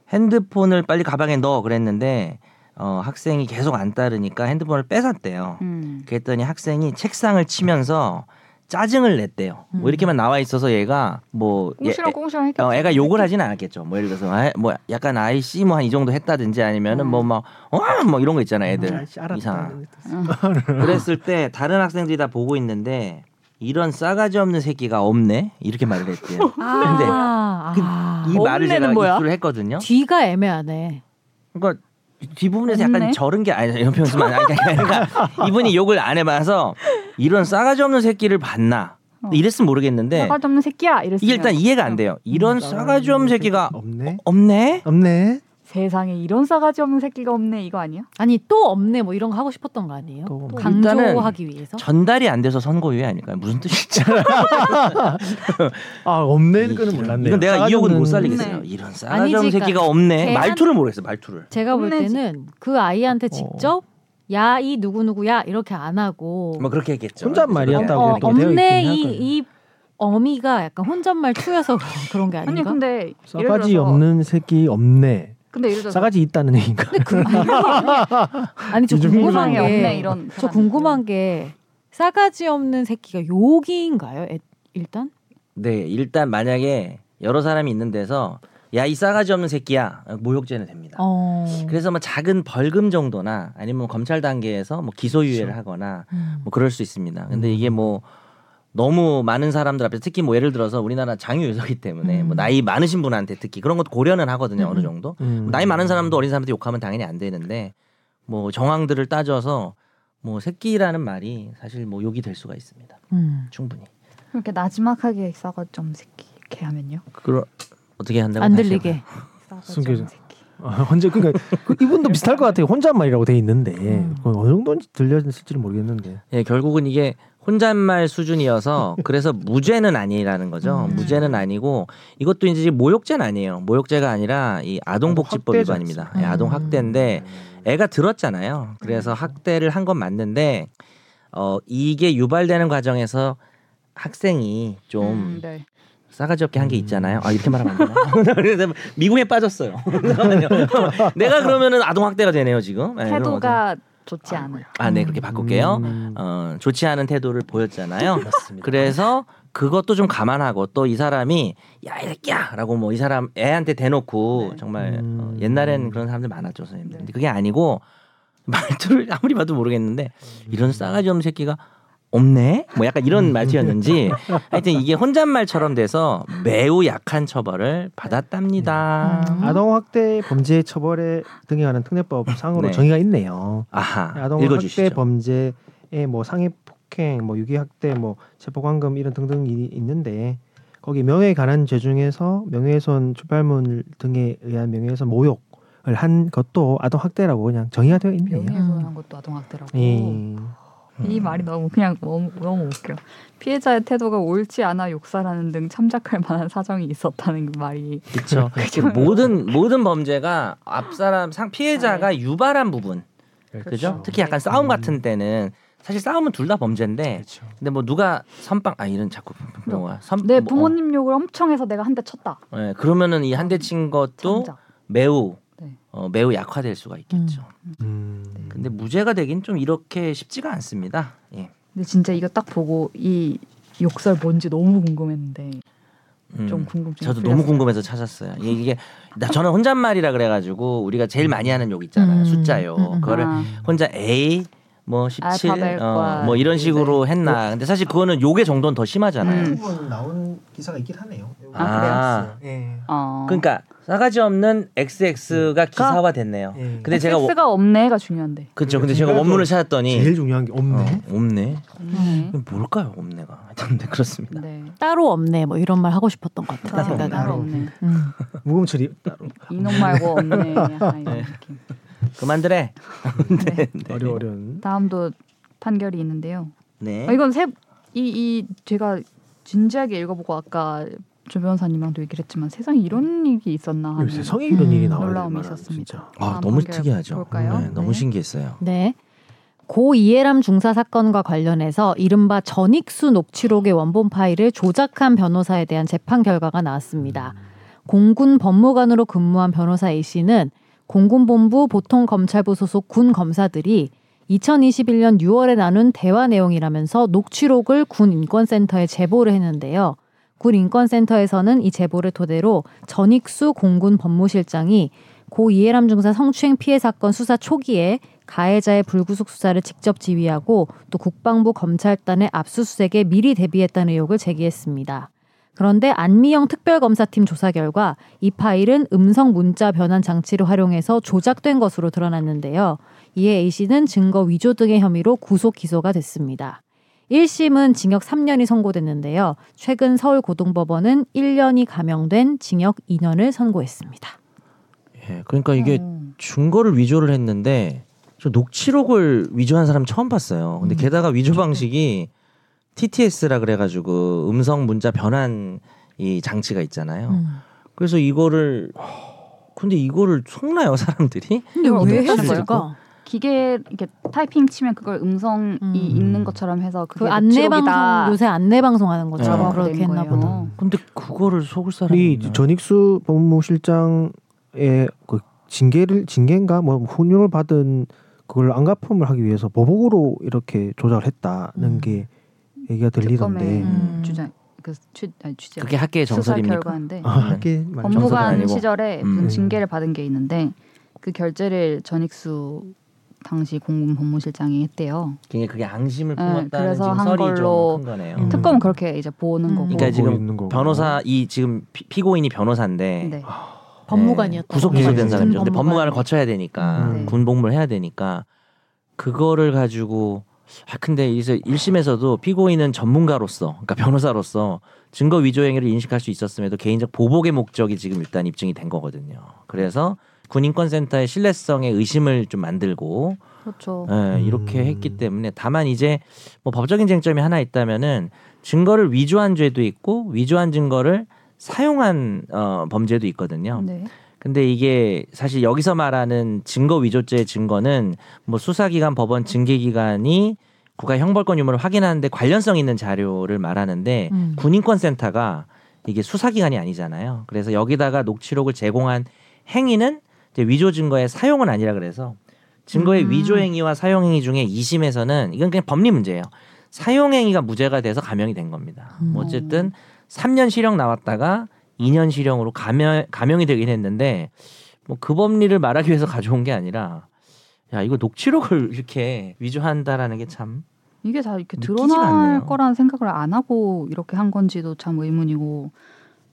S4: 핸드폰을 빨리 가방에 넣어 그랬는데 어, 학생이 계속 안 따르니까 핸드폰을 뺏었대요.
S1: 음.
S4: 그랬더니 학생이 책상을 치면서 짜증을 냈대요.
S3: 음.
S4: 뭐 이렇게만 나와 있어서 얘가 뭐 얘-
S1: 꽁시랑 꽁시랑 했겠죠.
S4: 어, 애가 욕을 하진 않았겠죠. 뭐 예를 들어서 아, 뭐 약간 아이씨 뭐 한 이 정도 했다든지 아니면은
S1: 음.
S4: 뭐막와뭐 이런 거 있잖아 애들
S2: 음. 네, 아이씨, 알았다.
S4: 네. 이상한.
S1: 응.
S4: 그랬을 때 다른 학생들이 다 보고 있는데 이런 싸가지 없는 새끼가 없네 이렇게 말을 했대요. 근데
S3: 아,
S4: 그-
S3: 아.
S4: 이 말을 제가
S1: 없네는 뭐야?
S4: 입수를 했거든요.
S3: 뒤가 애매하네.
S4: 그러니까 뒷부분에서 약간
S1: 없네.
S4: 저른 게 아니 이런 표현 쓰면 아니 그러니까 이분이 욕을 안 해봐서 이런 싸가지 없는 새끼를 봤나
S1: 어.
S4: 이랬으면 모르겠는데
S1: 나가지 없는 새끼야 이랬으면
S4: 네. 이게 일단 이해가 안 돼요. 이런 싸가지 없는 새끼가
S2: 없네.
S4: 없네.
S2: 없네.
S1: 세상에 이런 싸가지 없는 새끼가 없네 이거 아니야?
S3: 아니 또 없네 뭐 이런 거 하고 싶었던 거 아니에요?
S2: 또 없네.
S3: 강조하기 위해서?
S4: 전달이 안 돼서 선고유예 아닐까요? 무슨 뜻이죠?
S2: 아 없네는 거는 몰랐네.
S4: 이건 내가 이 욕은 못 살리겠어요.
S1: 네.
S4: 이런 싸가지 없는
S3: 아니지,
S4: 새끼가 없네.
S3: 걔한-
S4: 말투를 모르겠어. 말투를.
S3: 제가 볼
S1: 혼내지.
S3: 때는 그 아이한테 직접 야 이 누구 누구야 이렇게 안 하고
S4: 뭐 그렇게 했겠죠.
S2: 혼잣말이야,
S4: 그래서
S2: 따고
S3: 어,
S2: 이렇게 되어
S3: 없네
S2: 있긴
S3: 이
S2: 하거든요.
S3: 이 어미가 약간 혼잣말 투여서 그런 게
S1: 아니
S3: 아닌가?
S1: 근데 예를
S2: 싸가지
S1: 들어서
S2: 없는 새끼 없네.
S1: 근데 예를 들어서
S2: 싸가지 있다는 얘기인가?
S1: 그
S3: 아니 저
S2: 요즘
S3: 궁금한
S1: 세상에
S3: 게
S1: 없네 이런
S3: 저 궁금한 게 싸가지 없는 새끼가 욕인가요? 애- 일단
S4: 네, 일단 만약에 여러 사람이 있는 데서 야 이 싸가지 없는 새끼야 모욕죄는 됩니다.
S3: 어.
S4: 그래서 뭐 작은 벌금 정도나 아니면 검찰 단계에서 뭐 기소유예를
S2: 그렇죠.
S4: 하거나
S3: 음.
S4: 뭐 그럴 수 있습니다. 근데
S2: 음.
S4: 이게 뭐 너무 많은 사람들 앞에 특히 뭐 예를 들어서 우리나라 장유유서기 때문에
S3: 음.
S4: 뭐 나이 많으신 분한테 특히 그런 것도 고려는 하거든요 어느
S3: 음.
S4: 정도. 뭐
S2: 음.
S4: 나이 많은 사람도 어린 사람한테 욕하면 당연히 안 되는데 뭐 정황들을 따져서 뭐 새끼라는 말이 사실 뭐 욕이 될 수가 있습니다.
S3: 음.
S4: 충분히.
S1: 이렇게 나지막하게 싸가지 없는 새끼 이렇게 하면요.
S4: 그걸 어떻게 한다고
S3: 안
S4: 다시
S3: 들리게.
S4: 해봐요.
S1: 싸가지
S2: 숨겨져.
S1: 없는 새끼.
S2: 아, 언제 그러니까 그 이분도 비슷할 것 같아요. 혼잣말이라고 돼 있는데
S3: 음.
S2: 그건 어느 정도인지 들렸을지는 모르겠는데.
S4: 예, 결국은 이게 혼잣말 수준이어서 그래서 무죄는 아니라는 거죠.
S3: 음.
S4: 무죄는 아니고 이것도 이제 모욕죄는 아니에요. 모욕죄가 아니라 이 아동복지법
S2: 아동학대죠.
S4: 위반입니다.
S3: 음.
S4: 예, 아동 학대인데 애가 들었잖아요. 그래서 학대를 한 건 맞는데 어 이게 유발되는 과정에서 학생이 좀
S1: 음, 네.
S4: 싸가지 없게 한
S3: 음.
S4: 게 있잖아요. 아 이렇게 말하면 안 되나? 그래서 미궁에 빠졌어요. 잠깐만요. 내가 그러면은 아동 학대가 되네요 지금. 네, 이런 거죠.
S1: 태도가 좋지 않아요.
S4: 아, 네 그렇게 바꿀게요.
S2: 음.
S4: 어, 좋지 않은 태도를 보였잖아요.
S2: 맞습니다.
S4: 그래서 그것도 좀 감안하고 또 이 사람이 야 이 새끼야라고 뭐 이 사람 애한테 대놓고
S5: 네.
S4: 정말
S2: 음.
S4: 어, 옛날에는 그런 사람들 많았죠 선생님들.
S5: 네.
S4: 근데 그게 아니고 말투를 아무리 봐도 모르겠는데 이런
S2: 음.
S4: 싸가지 없는 새끼가 없네? 뭐 약간 이런 말투였는지 하여튼 이게 혼잣말처럼 돼서 매우 약한 처벌을 받았답니다.
S1: 음.
S2: 아동 학대 범죄 처벌에 등에 관한 특례법 상으로
S4: 네.
S2: 정의가 있네요.
S4: 아하
S2: 아동 학대
S4: 읽어주시죠.
S2: 범죄에 뭐 상해 폭행, 뭐 유기 학대, 뭐 체포광금 이런 등등이 있는데 거기 명예에 관한 죄 중에서 명예훼손, 출발물 등에 의한 명예훼손 모욕을 한 것도 아동 학대라고 그냥 정의가 되어 있네요.
S1: 명예훼손한 것도 아동학대라고.
S2: 예.
S1: 이
S4: 음.
S1: 말이 너무 그냥 너무 너무 웃겨. 피해자의 태도가 옳지 않아 욕설하는 등 참작할 만한 사정이 있었다는 그 말이
S4: 그렇죠. 모든 모든 범죄가 앞 사람 상 피해자가 유발한 부분
S2: 예.
S4: 그죠?
S1: 그렇죠.
S4: 특히 약간
S2: 음.
S4: 싸움 같은 때는 사실 싸움은 둘 다 범죄인데
S2: 그렇죠.
S4: 근데 뭐 누가 선빵 아 이런 자꾸 뭐야 선
S1: 내 네,
S4: 뭐,
S1: 부모님 욕을 엄청 해서 내가 한 대 쳤다.
S4: 어, 예, 그러면은 이 한 대 친 것도
S1: 참작.
S4: 매우
S1: 네.
S4: 어, 매우 약화될 수가 있겠죠.
S2: 음.
S4: 네. 근데 무죄가 되긴 좀 이렇게 쉽지가 않습니다. 예.
S1: 근데 진짜 이거 딱 보고 이 욕설 뭔지 너무 궁금했는데
S4: 음.
S1: 좀 궁금증.
S4: 저도 너무 궁금해서 찾았어요. 예, 이게, 이게 나 저는 혼잣말이라 그래가지고 우리가 제일 많이 하는 욕 있잖아요.
S3: 음.
S4: 숫자요.
S3: 음, 음.
S4: 그거를
S1: 아.
S4: 혼자 A 뭐 17,
S1: 알파벳과
S4: 어, 뭐 이런 식으로 했나. 근데 사실 그거는 욕의 정도는 더 심하잖아요.
S1: 네. 음.
S2: 한국은 나온 기사가 있긴 하네요.
S4: 아.
S2: 예.
S1: 어.
S4: 그러니까 싸가지
S1: 음.
S4: 없는 XX가 기사화 됐네요.
S2: 예.
S4: 근데 제가 워-
S1: 아, 섹스가 없네가 중요한데.
S4: 그쵸. 근데 제가
S2: 제가
S4: 원문을
S2: 또
S4: 찾았더니
S2: 제일 중요한 게 없네.
S4: 네. 어, 없네.
S1: 없네.
S4: 음. 뭘까요, 없네가. 하여튼 네, 그렇습니다.
S1: 네.
S3: 따로 없네 뭐 이런 말 하고 싶었던 것 같아 내
S1: 따로 없네.
S3: 생각에.
S1: 따로 없네.
S3: 음.
S2: 무금 처리 따로
S1: 이놈 말고 없네. 약간 이런 느낌.
S4: 그만들래.
S1: 네.
S2: 어려 어려운.
S1: 다음도 판결이 있는데요.
S4: 네.
S1: 아, 이건 세이이 제가 진지하게 읽어보고 아까 조 변호사님랑도 얘기를 했지만 세상에 이런 일이 있었나 하는
S2: 요새 성에 이런
S3: 음,
S2: 일이 나와요.
S1: 아, 네. 놀라움이 있었습니다.
S4: 아,
S1: 다음
S4: 너무
S1: 판결
S4: 특이하죠.
S1: 볼까요?
S4: 네, 너무
S1: 네.
S4: 신기했어요.
S3: 네. 고 이해람 중사 사건과 관련해서 이른바 전익수 녹취록의 원본 파일을 조작한 변호사에 대한 재판 결과가 나왔습니다. 공군 법무관으로 근무한 변호사 A 씨는 공군본부 보통검찰부 소속 군 검사들이 2021년 6월에 나눈 대화 내용이라면서 녹취록을 군 인권센터에 제보를 했는데요. 군 인권센터에서는 이 제보를 토대로 전익수 공군 법무실장이 고 이해람 중사 성추행 피해 사건 수사 초기에 가해자의 불구속 수사를 직접 지휘하고 또 국방부 검찰단의 압수수색에 미리 대비했다는 의혹을 제기했습니다. 그런데 안미영 특별검사팀 조사 결과 이 파일은 음성 문자 변환 장치를 활용해서 조작된 것으로 드러났는데요. 이에 A 씨는 증거 위조 등의 혐의로 구속 기소가 됐습니다. 1심은 징역 3년이 선고됐는데요. 최근 서울고등법원은 1년이 감형된 징역 2년을 선고했습니다.
S4: 예, 그러니까 이게
S1: 음.
S4: 증거를 위조를 했는데 저 녹취록을 위조한 사람 처음 봤어요. 근데
S3: 음.
S4: 게다가 위조 방식이 TTS라 그래가지고 음성 문자 변환 이 장치가 있잖아요.
S3: 음.
S4: 그래서 이거를 근데 이거를 속나요 사람들이?
S3: 근데
S1: 이걸
S3: 왜
S1: 어떻게
S3: 했을까?
S1: 기계 이렇게 타이핑 치면 그걸 음성이
S3: 음.
S1: 있는 것처럼 해서 그게
S3: 그 안내 방송
S1: 녹취록이다.
S3: 요새 안내 방송 하는 것처럼
S4: 어.
S3: 그렇게
S1: 된
S3: 했나
S1: 거예요.
S3: 보다.
S4: 근데 그거를 속을 사람이
S2: 음. 이
S4: 있나?
S2: 전익수 법무실장의 그 징계를 징계인가 뭐 훈육을 받은 그걸 안 갚음을 하기 위해서 보복으로 이렇게 조작을 했다는
S3: 음.
S2: 게
S1: 특검의
S2: 얘기가 들리던데.
S3: 음.
S1: 주장 그 취, 아니, 취재
S4: 그게 학계의
S1: 수사
S4: 정설입니까?
S1: 결과인데
S2: 아, 이게 말이죠.
S4: 정서가
S1: 법무관
S4: 아니고.
S1: 시절에
S4: 음.
S1: 무슨 징계를 받은 게 있는데 그 결제를 전익수 당시 공군 법무실장이 했대요.
S4: 그게 그게 앙심을
S1: 네,
S4: 품었다는
S1: 그래서
S4: 지금
S1: 한
S4: 설이
S1: 걸로
S4: 좀큰 거네요.
S2: 음.
S1: 특검은 그렇게 이제 보는
S3: 음.
S1: 거고.
S4: 그러니까 지금
S2: 보고 있는 거고.
S4: 변호사 이 지금 피- 피고인이 변호사인데
S1: 네.
S3: 법무관이었다.
S4: 구속 기소된
S2: 네.
S4: 사람이죠. 근데
S3: 법무관.
S4: 법무관을 거쳐야 되니까
S3: 음.
S1: 네.
S4: 군 복무를 해야 되니까 그거를 가지고 아 근데 이제 1심에서도 피고인은 전문가로서 그러니까 변호사로서 증거 위조 행위를 인식할 수 있었음에도 개인적 보복의 목적이 지금 일단 입증이 된 거거든요. 그래서 군인권센터의 신뢰성에 의심을 좀 만들고
S1: 그렇죠.
S4: 예, 이렇게
S2: 음.
S4: 했기 때문에 다만 이제 뭐 법적인 쟁점이 하나 있다면은 증거를 위조한 죄도 있고 위조한 증거를 사용한 어, 범죄도 있거든요.
S1: 네.
S4: 근데 이게 사실 여기서 말하는 증거 위조죄의 증거는 뭐 수사기관, 법원, 징계기관이 국가 형벌권 유무를 확인하는데 관련성 있는 자료를 말하는데
S3: 음.
S4: 군인권센터가 이게 수사기관이 아니잖아요. 그래서 여기다가 녹취록을 제공한 행위는 이제 위조 증거의 사용은 아니라 그래서 증거의
S3: 음.
S4: 위조 행위와 사용 행위 중에 2심에서는 이건 그냥 법리 문제예요. 사용행위가 무죄가 돼서 감형이 된 겁니다.
S3: 음.
S4: 뭐 어쨌든 3년 실형 나왔다가 2년 실형으로 감형, 감형이 되긴 했는데 뭐 그 법리를 말하기 위해서 가져온 게 아니라 야 이거 녹취록을 이렇게 위조한다라는 게참
S1: 이게 다 이렇게
S4: 믿기지가
S1: 드러날
S4: 않네요.
S1: 거라는 생각을 안 하고 이렇게 한 건지도 참 의문이고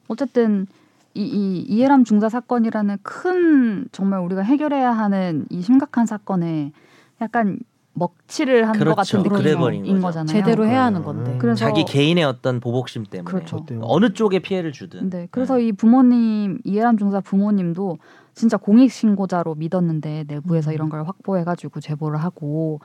S1: 어쨌든 이, 이 이해람 중사 사건이라는 큰 정말 우리가 해결해야 하는 이 심각한 사건에 약간 먹칠을 한 것
S4: 그렇죠.
S1: 같은
S4: 그래버린
S1: 느낌인
S4: 거죠.
S1: 거잖아요.
S3: 제대로 해야 하는
S2: 음.
S3: 건데.
S1: 그래서
S4: 자기 개인의 어떤 보복심 때문에
S1: 그렇죠.
S4: 어느 쪽에 피해를 주든
S1: 네, 그래서
S4: 네.
S1: 이 부모님 이해람 중사 부모님도 진짜 공익 신고자로 믿었는데 내부에서
S3: 음.
S1: 이런 걸 확보해가지고 제보를 하고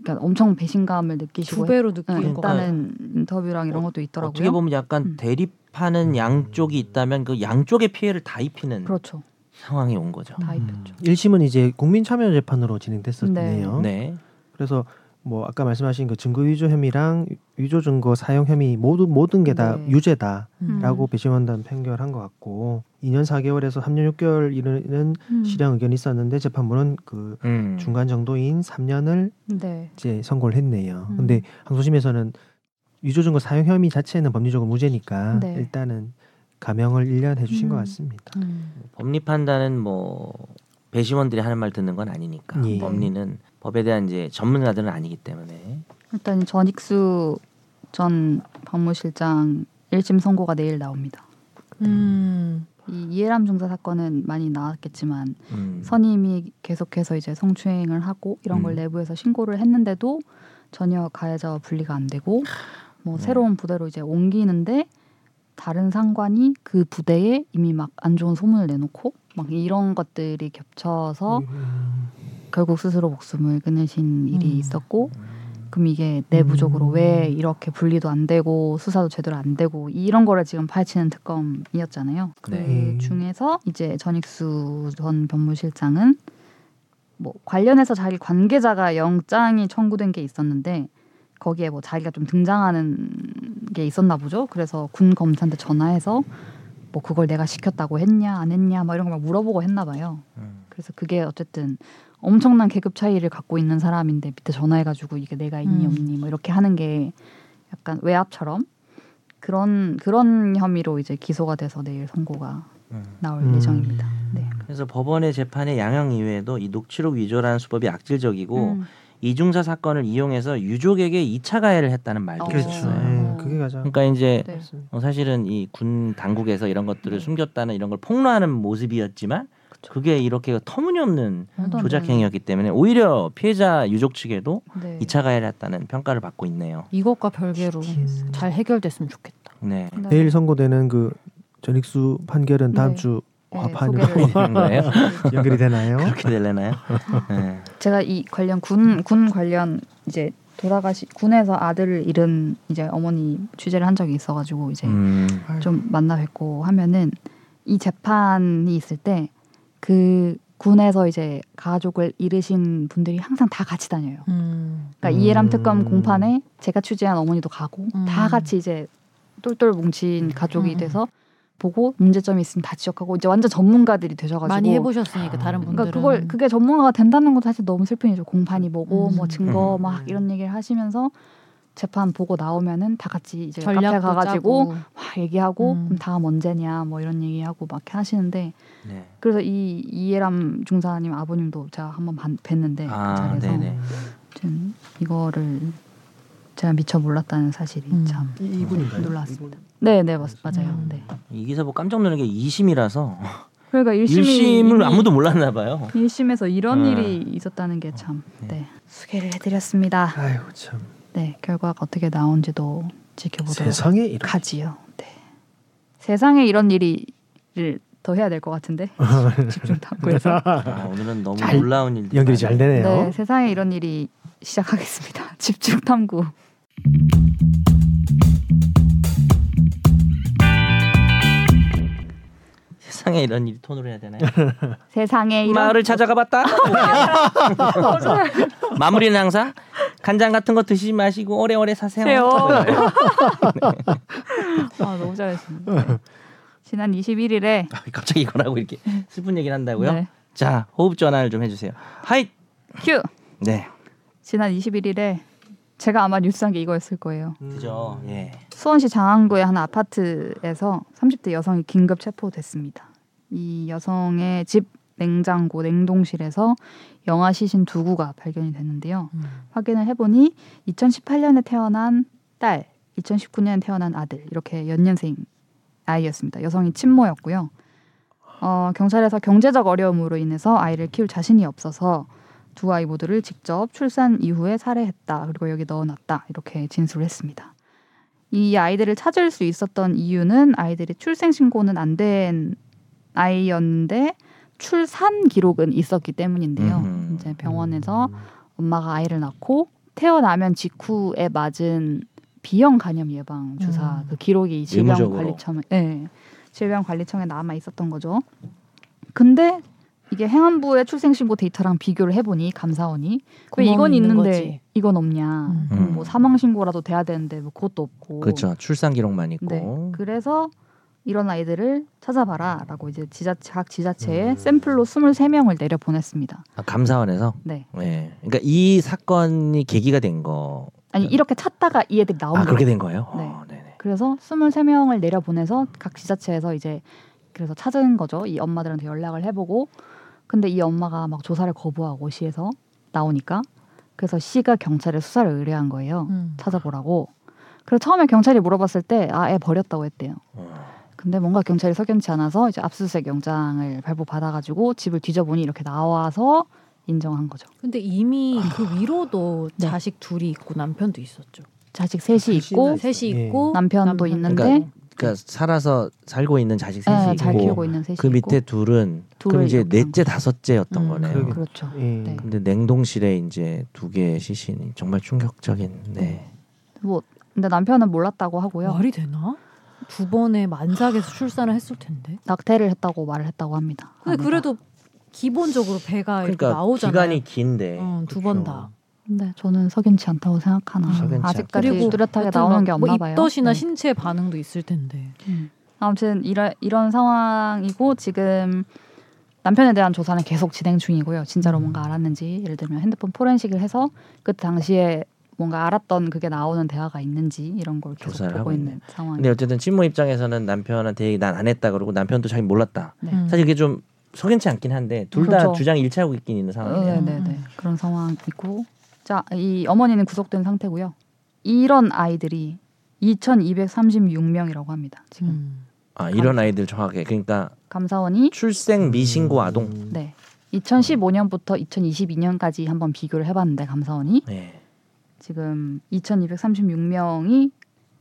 S1: 그러니까 엄청 배신감을
S3: 두
S1: 느끼시고 했-
S3: 배로
S1: 네,
S3: 느낀 것 같아요.
S1: 있다는 인터뷰랑 이런 것도 있더라고요.
S4: 어떻게 보면 약간
S1: 음.
S4: 대립하는 양쪽이 있다면 그 양쪽의 피해를 다 입히는
S1: 그렇죠.
S4: 상황이 온 거죠.
S1: 다 입혔죠.
S2: 1심은 음, 이제 국민 참여 재판으로 진행됐었네요.
S4: 네.
S2: 그래서 뭐 아까 말씀하신 그 증거 위조 혐의랑 위조 증거 사용 혐의 모두 모든 게 다
S1: 네.
S2: 유죄다라고
S3: 음.
S1: 라고
S2: 배심원단 판결한 것 같고 2년 4개월에서 3년 6개월 이르는
S1: 음.
S2: 실형 의견이 있었는데 재판부는 그
S4: 음.
S2: 중간 정도인 3년을
S1: 네.
S2: 이제 선고를 했네요.
S3: 음.
S2: 근데 항소심에서는 위조 증거 사용 혐의 자체는 법리적으로 무죄니까
S1: 네.
S2: 일단은 감형을 1년 해주신 것
S1: 음.
S2: 같습니다.
S3: 음.
S4: 법리 판단은 뭐 배심원들이 하는 말 듣는 건 아니니까
S2: 예.
S4: 법리는 법에 대한 이제 전문가들은 아니기 때문에
S1: 일단 전익수 전 법무실장 1심 선고가 내일 나옵니다.
S3: 음.
S1: 이 이해람 중사 사건은 많이 나왔겠지만
S4: 음.
S1: 선임이 계속해서 이제 성추행을 하고 이런 걸
S4: 음.
S1: 내부에서 신고를 했는데도 전혀 가해자와 분리가 안 되고 뭐
S4: 네.
S1: 새로운 부대로 이제 옮기는데 다른 상관이 그 부대에 이미 막 안 좋은 소문을 내놓고 막 이런 것들이 겹쳐서 결국 스스로 목숨을 끊으신 일이
S3: 음.
S1: 있었고 그럼 이게 내부적으로 왜 이렇게 분리도 안 되고 수사도 제대로 안 되고 이런 거를 지금 파헤치는 특검이었잖아요. 그
S4: 네.
S1: 중에서 이제 전익수 전 법무실장은 뭐 관련해서 자기 관계자가 영장이 청구된 게 있었는데 거기에 뭐 자기가 좀 등장하는 게 있었나 보죠. 그래서 군 검사한테 전화해서 뭐 그걸 내가 시켰다고 했냐 안 했냐 막 이런 거 막 물어보고 했나 봐요.
S4: 음.
S1: 그래서 그게 어쨌든 엄청난 계급 차이를 갖고 있는 사람인데 밑에 전화해가지고 이게 내가 있니
S3: 음.
S1: 없니 뭐 이렇게 하는 게 약간 외압처럼 그런 그런 혐의로 이제 기소가 돼서 내일 선고가
S4: 음.
S1: 나올
S2: 음.
S1: 예정입니다. 네.
S4: 그래서 법원의 재판의 양형 이외에도 이 녹취록 위조라는 수법이 악질적이고
S1: 음.
S4: 이중사 사건을 이용해서 유족에게 2차 가해를 했다는 말도
S1: 그렇죠.
S2: 그렇죠.
S4: 있어요.
S1: 네.
S2: 예, 그게 가장
S4: 그러니까 이제
S1: 네.
S2: 맞습니다.
S4: 어, 사실은 이 군 당국에서 이런 것들을 숨겼다는 이런 걸 폭로하는 모습이었지만 그게 이렇게 터무니없는
S1: 말도 안
S4: 조작
S1: 되는-
S4: 행위였기 때문에 오히려 피해자 유족 측에도
S1: 네.
S4: 이차 가해를 했다는 평가를 받고 있네요.
S3: 이것과 별개로
S1: 음.
S3: 잘 해결됐으면 좋겠다.
S4: 네.
S1: 네.
S2: 내일 선고되는 그 전익수 판결은 다음
S1: 네.
S2: 주
S1: 네,
S2: 화판으로
S1: 소개를-
S4: 되는 거예요?
S2: 연결이 되나요?
S4: 그렇게 될래나요? 네.
S1: 제가 이 관련 군 군 관련 이제 돌아가시 군에서 아들을 잃은 이제 어머니 취재를 한 적이 있어가지고 이제
S4: 음.
S1: 좀 만나 뵙고 하면은 이 재판이 있을 때 그 군에서 이제 가족을 잃으신 분들이 항상 다 같이 다녀요.
S3: 음.
S1: 그러니까
S2: 음.
S1: 이해람 특검 공판에 제가 취재한 어머니도 가고
S3: 음.
S1: 다 같이 이제 똘똘 뭉친 가족이
S3: 음.
S1: 돼서 보고 문제점이 있으면 다 지적하고 이제 완전 전문가들이 되셔가지고
S3: 많이 해보셨으니까 다른
S1: 그러니까
S3: 분들은
S1: 그걸 그게 전문가가 된다는 건 사실 너무 슬픈 일이죠. 공판이 뭐고
S3: 음.
S1: 뭐 증거
S4: 음.
S1: 막 이런 얘기를 하시면서 재판 보고 나오면은 다 같이 이제 카페
S3: 전략도
S1: 가가지고
S3: 짜고.
S1: 막 얘기하고
S3: 음.
S1: 그럼 다음 언제냐 뭐 이런 얘기하고 막 이렇게 하시는데
S4: 네.
S1: 그래서 이 이해람 중사님 아버님도 제가 한번 반- 뵀는데 그
S4: 아,
S1: 자리에서
S4: 네네.
S1: 아무튼 이거를 제가 미처 몰랐다는 사실이
S3: 음.
S1: 참
S2: 이분인가요?
S1: 놀랐습니다. 네네 맞, 맞아요.
S3: 음.
S1: 네.
S4: 이 기사 뭐 깜짝 놀란 게 2심이라서
S1: 그러니까 일심이
S4: 1심을 아무도 몰랐나 봐요.
S1: 일심에서 이런
S4: 네.
S1: 일이 있었다는 게 참
S4: 네.
S1: 네. 소개를 해드렸습니다.
S2: 아이고 참
S1: 네 결과가 어떻게 나온지도 지켜보도록
S2: 세상에 이런
S1: 가지요. 네. 세상에 이런 일이를 더 해야 될 것 같은데 집중 탐구해서
S4: 아, 오늘은 너무
S2: 잘
S4: 놀라운 일들.
S2: 연결이 잘 되네요.
S1: 네, 세상에 이런 일이 시작하겠습니다. 집중 탐구.
S4: 세상에 이런 일이 톤으로 해야 되나요?
S1: 세상에 이런
S4: 마을을 찾아가 봤다. 마무리는 항상 간장 같은 거 드시지 마시고 오래오래 사세요. 네.
S1: 세요. 네. 아, 너무 잘했습니다. 네. 지난 21일에
S4: 아, 갑자기 이거라고 이렇게 슬픈 얘기를 한다고요?
S1: 네.
S4: 자, 호흡 전환을 좀 해주세요. 하이.
S1: 큐.
S4: 네.
S1: 지난 21일에 제가 아마 뉴스한 게 이거였을 거예요.
S2: 음.
S4: 그죠? 예.
S1: 수원시 장안구의 한 아파트에서 30대 여성이 긴급 체포됐습니다. 이 여성의 집 냉장고 냉동실에서 영아 시신 두 구가 발견이 됐는데요. 확인을 해보니 2018년에 태어난 딸, 2019년에 태어난 아들 이렇게 연년생 아이였습니다. 여성이 친모였고요. 어, 경찰에서 경제적 어려움으로 인해서 아이를 키울 자신이 없어서 두 아이 모두를 직접 출산 이후에 살해했다. 그리고 여기 넣어놨다. 이렇게 진술을 했습니다. 이 아이들을 찾을 수 있었던 이유는 아이들이 출생 신고는 안 된 아이였는데 출산 기록은 있었기 때문인데요.
S4: 음흠.
S1: 이제 병원에서 엄마가 아이를 낳고 태어나면 직후에 맞은 비형 간염 예방 주사
S3: 음.
S1: 그 기록이 질병관리청에
S4: 의무적으로.
S1: 네, 질병관리청에 남아 있었던 거죠. 근데 이게 행안부의 출생신고 데이터랑 비교를 해보니 감사원이 왜 이건 있는데 이건 없냐?
S3: 음.
S4: 음.
S1: 뭐 사망 신고라도 돼야 되는데 뭐 그것도 없고.
S4: 그렇죠. 출산 기록만 있고.
S1: 네. 그래서 이런 아이들을 찾아봐라라고 이제 지자체 각 지자체에
S4: 음.
S1: 샘플로 23명을 내려 보냈습니다.
S4: 아, 감사원에서.
S1: 네.
S4: 예. 그러니까 이 사건이 계기가 된 거.
S1: 아니 이렇게 찾다가 이 애들이 나온
S4: 음. 아
S1: 거예요.
S4: 그렇게 된 거예요?
S1: 네.
S4: 어, 네네.
S1: 그래서 23명을 내려보내서 각 지자체에서 이제 그래서 찾은 거죠. 이 엄마들한테 연락을 해보고 근데 이 엄마가 막 조사를 거부하고 시에서 나오니까 그래서 시가 경찰에 수사를 의뢰한 거예요.
S3: 음.
S1: 찾아보라고. 그래서 처음에 경찰이 물어봤을 때 아 애 버렸다고 했대요.
S4: 어.
S1: 근데 뭔가 경찰이 석연치 않아서 이제 압수수색 영장을 발부 받아가지고 집을 뒤져보니 이렇게 나와서 인정한 거죠.
S3: 근데 이미 그 위로도
S1: 아. 네.
S3: 자식 둘이 있고 남편도 있었죠.
S1: 자식 셋이 있고
S3: 셋이
S2: 예.
S3: 있고
S1: 네. 남편도 있는데
S4: 그러니까 살아서 살고 있는 자식 셋이
S1: 네,
S4: 있고,
S1: 잘 키우고 있는 셋이
S4: 그 밑에
S1: 있고
S4: 둘은 그럼
S1: 둘을
S4: 이제
S1: 이렇게
S4: 넷째 다섯째였던
S3: 음,
S4: 거네요.
S2: 그러게.
S1: 그렇죠.
S2: 예.
S1: 네.
S4: 근데 냉동실에 이제 두 개의 시신이 정말 충격적인. 네.
S1: 뭐 근데 남편은 몰랐다고 하고요.
S3: 말이 되나? 두 번의 만삭에서 출산을 했을 텐데.
S1: 낙태를 했다고 말을 했다고 합니다.
S3: 근데
S1: 아내가.
S3: 그래도 기본적으로 배가 이렇게
S4: 그러니까
S3: 나오잖아요. 어,
S4: 기간이 긴데.
S3: 두 번 다.
S1: 근데 저는 석연치 않다고 생각하나.
S4: 석연치 않다.
S1: 아직까지
S4: 그리고
S1: 뚜렷하게
S3: 여튼
S1: 나오는
S3: 막
S1: 게
S3: 뭐
S1: 없나 봐요.
S3: 입덧이나
S1: 네.
S3: 신체 반응도 있을 텐데.
S1: 음. 아무튼 이런 이런 상황이고 지금 남편에 대한 조사는 계속 진행 중이고요. 진짜로
S4: 음.
S1: 뭔가 알았는지 예를 들면 핸드폰 포렌식을 해서 그 당시에 뭔가 알았던 그게 나오는 대화가 있는지 이런 걸 계속
S4: 조사를
S1: 보고
S4: 하고
S1: 있는
S4: 있네요.
S1: 상황이에요.
S4: 근데 어쨌든 친모 입장에서는 남편한테 얘기 난 안 했다 그러고 남편도 자기 몰랐다.
S1: 네.
S3: 음.
S4: 사실 이게 좀 석연치 않긴 한데 둘 다
S1: 그렇죠.
S4: 주장 일치하고 있긴 있는
S3: 음.
S4: 상황이에요.
S1: 네네네 그런 상황이고 자 이 어머니는 구속된 상태고요. 이런 아이들이 2,236명이라고 합니다. 지금
S3: 음.
S4: 아 이런 아이들 정확해. 그러니까
S1: 감사원이
S4: 출생 미신고
S3: 음.
S4: 아동.
S1: 네 2015년부터 2022년까지 한번 비교를 해봤는데 감사원이
S4: 네.
S1: 지금 2,236명이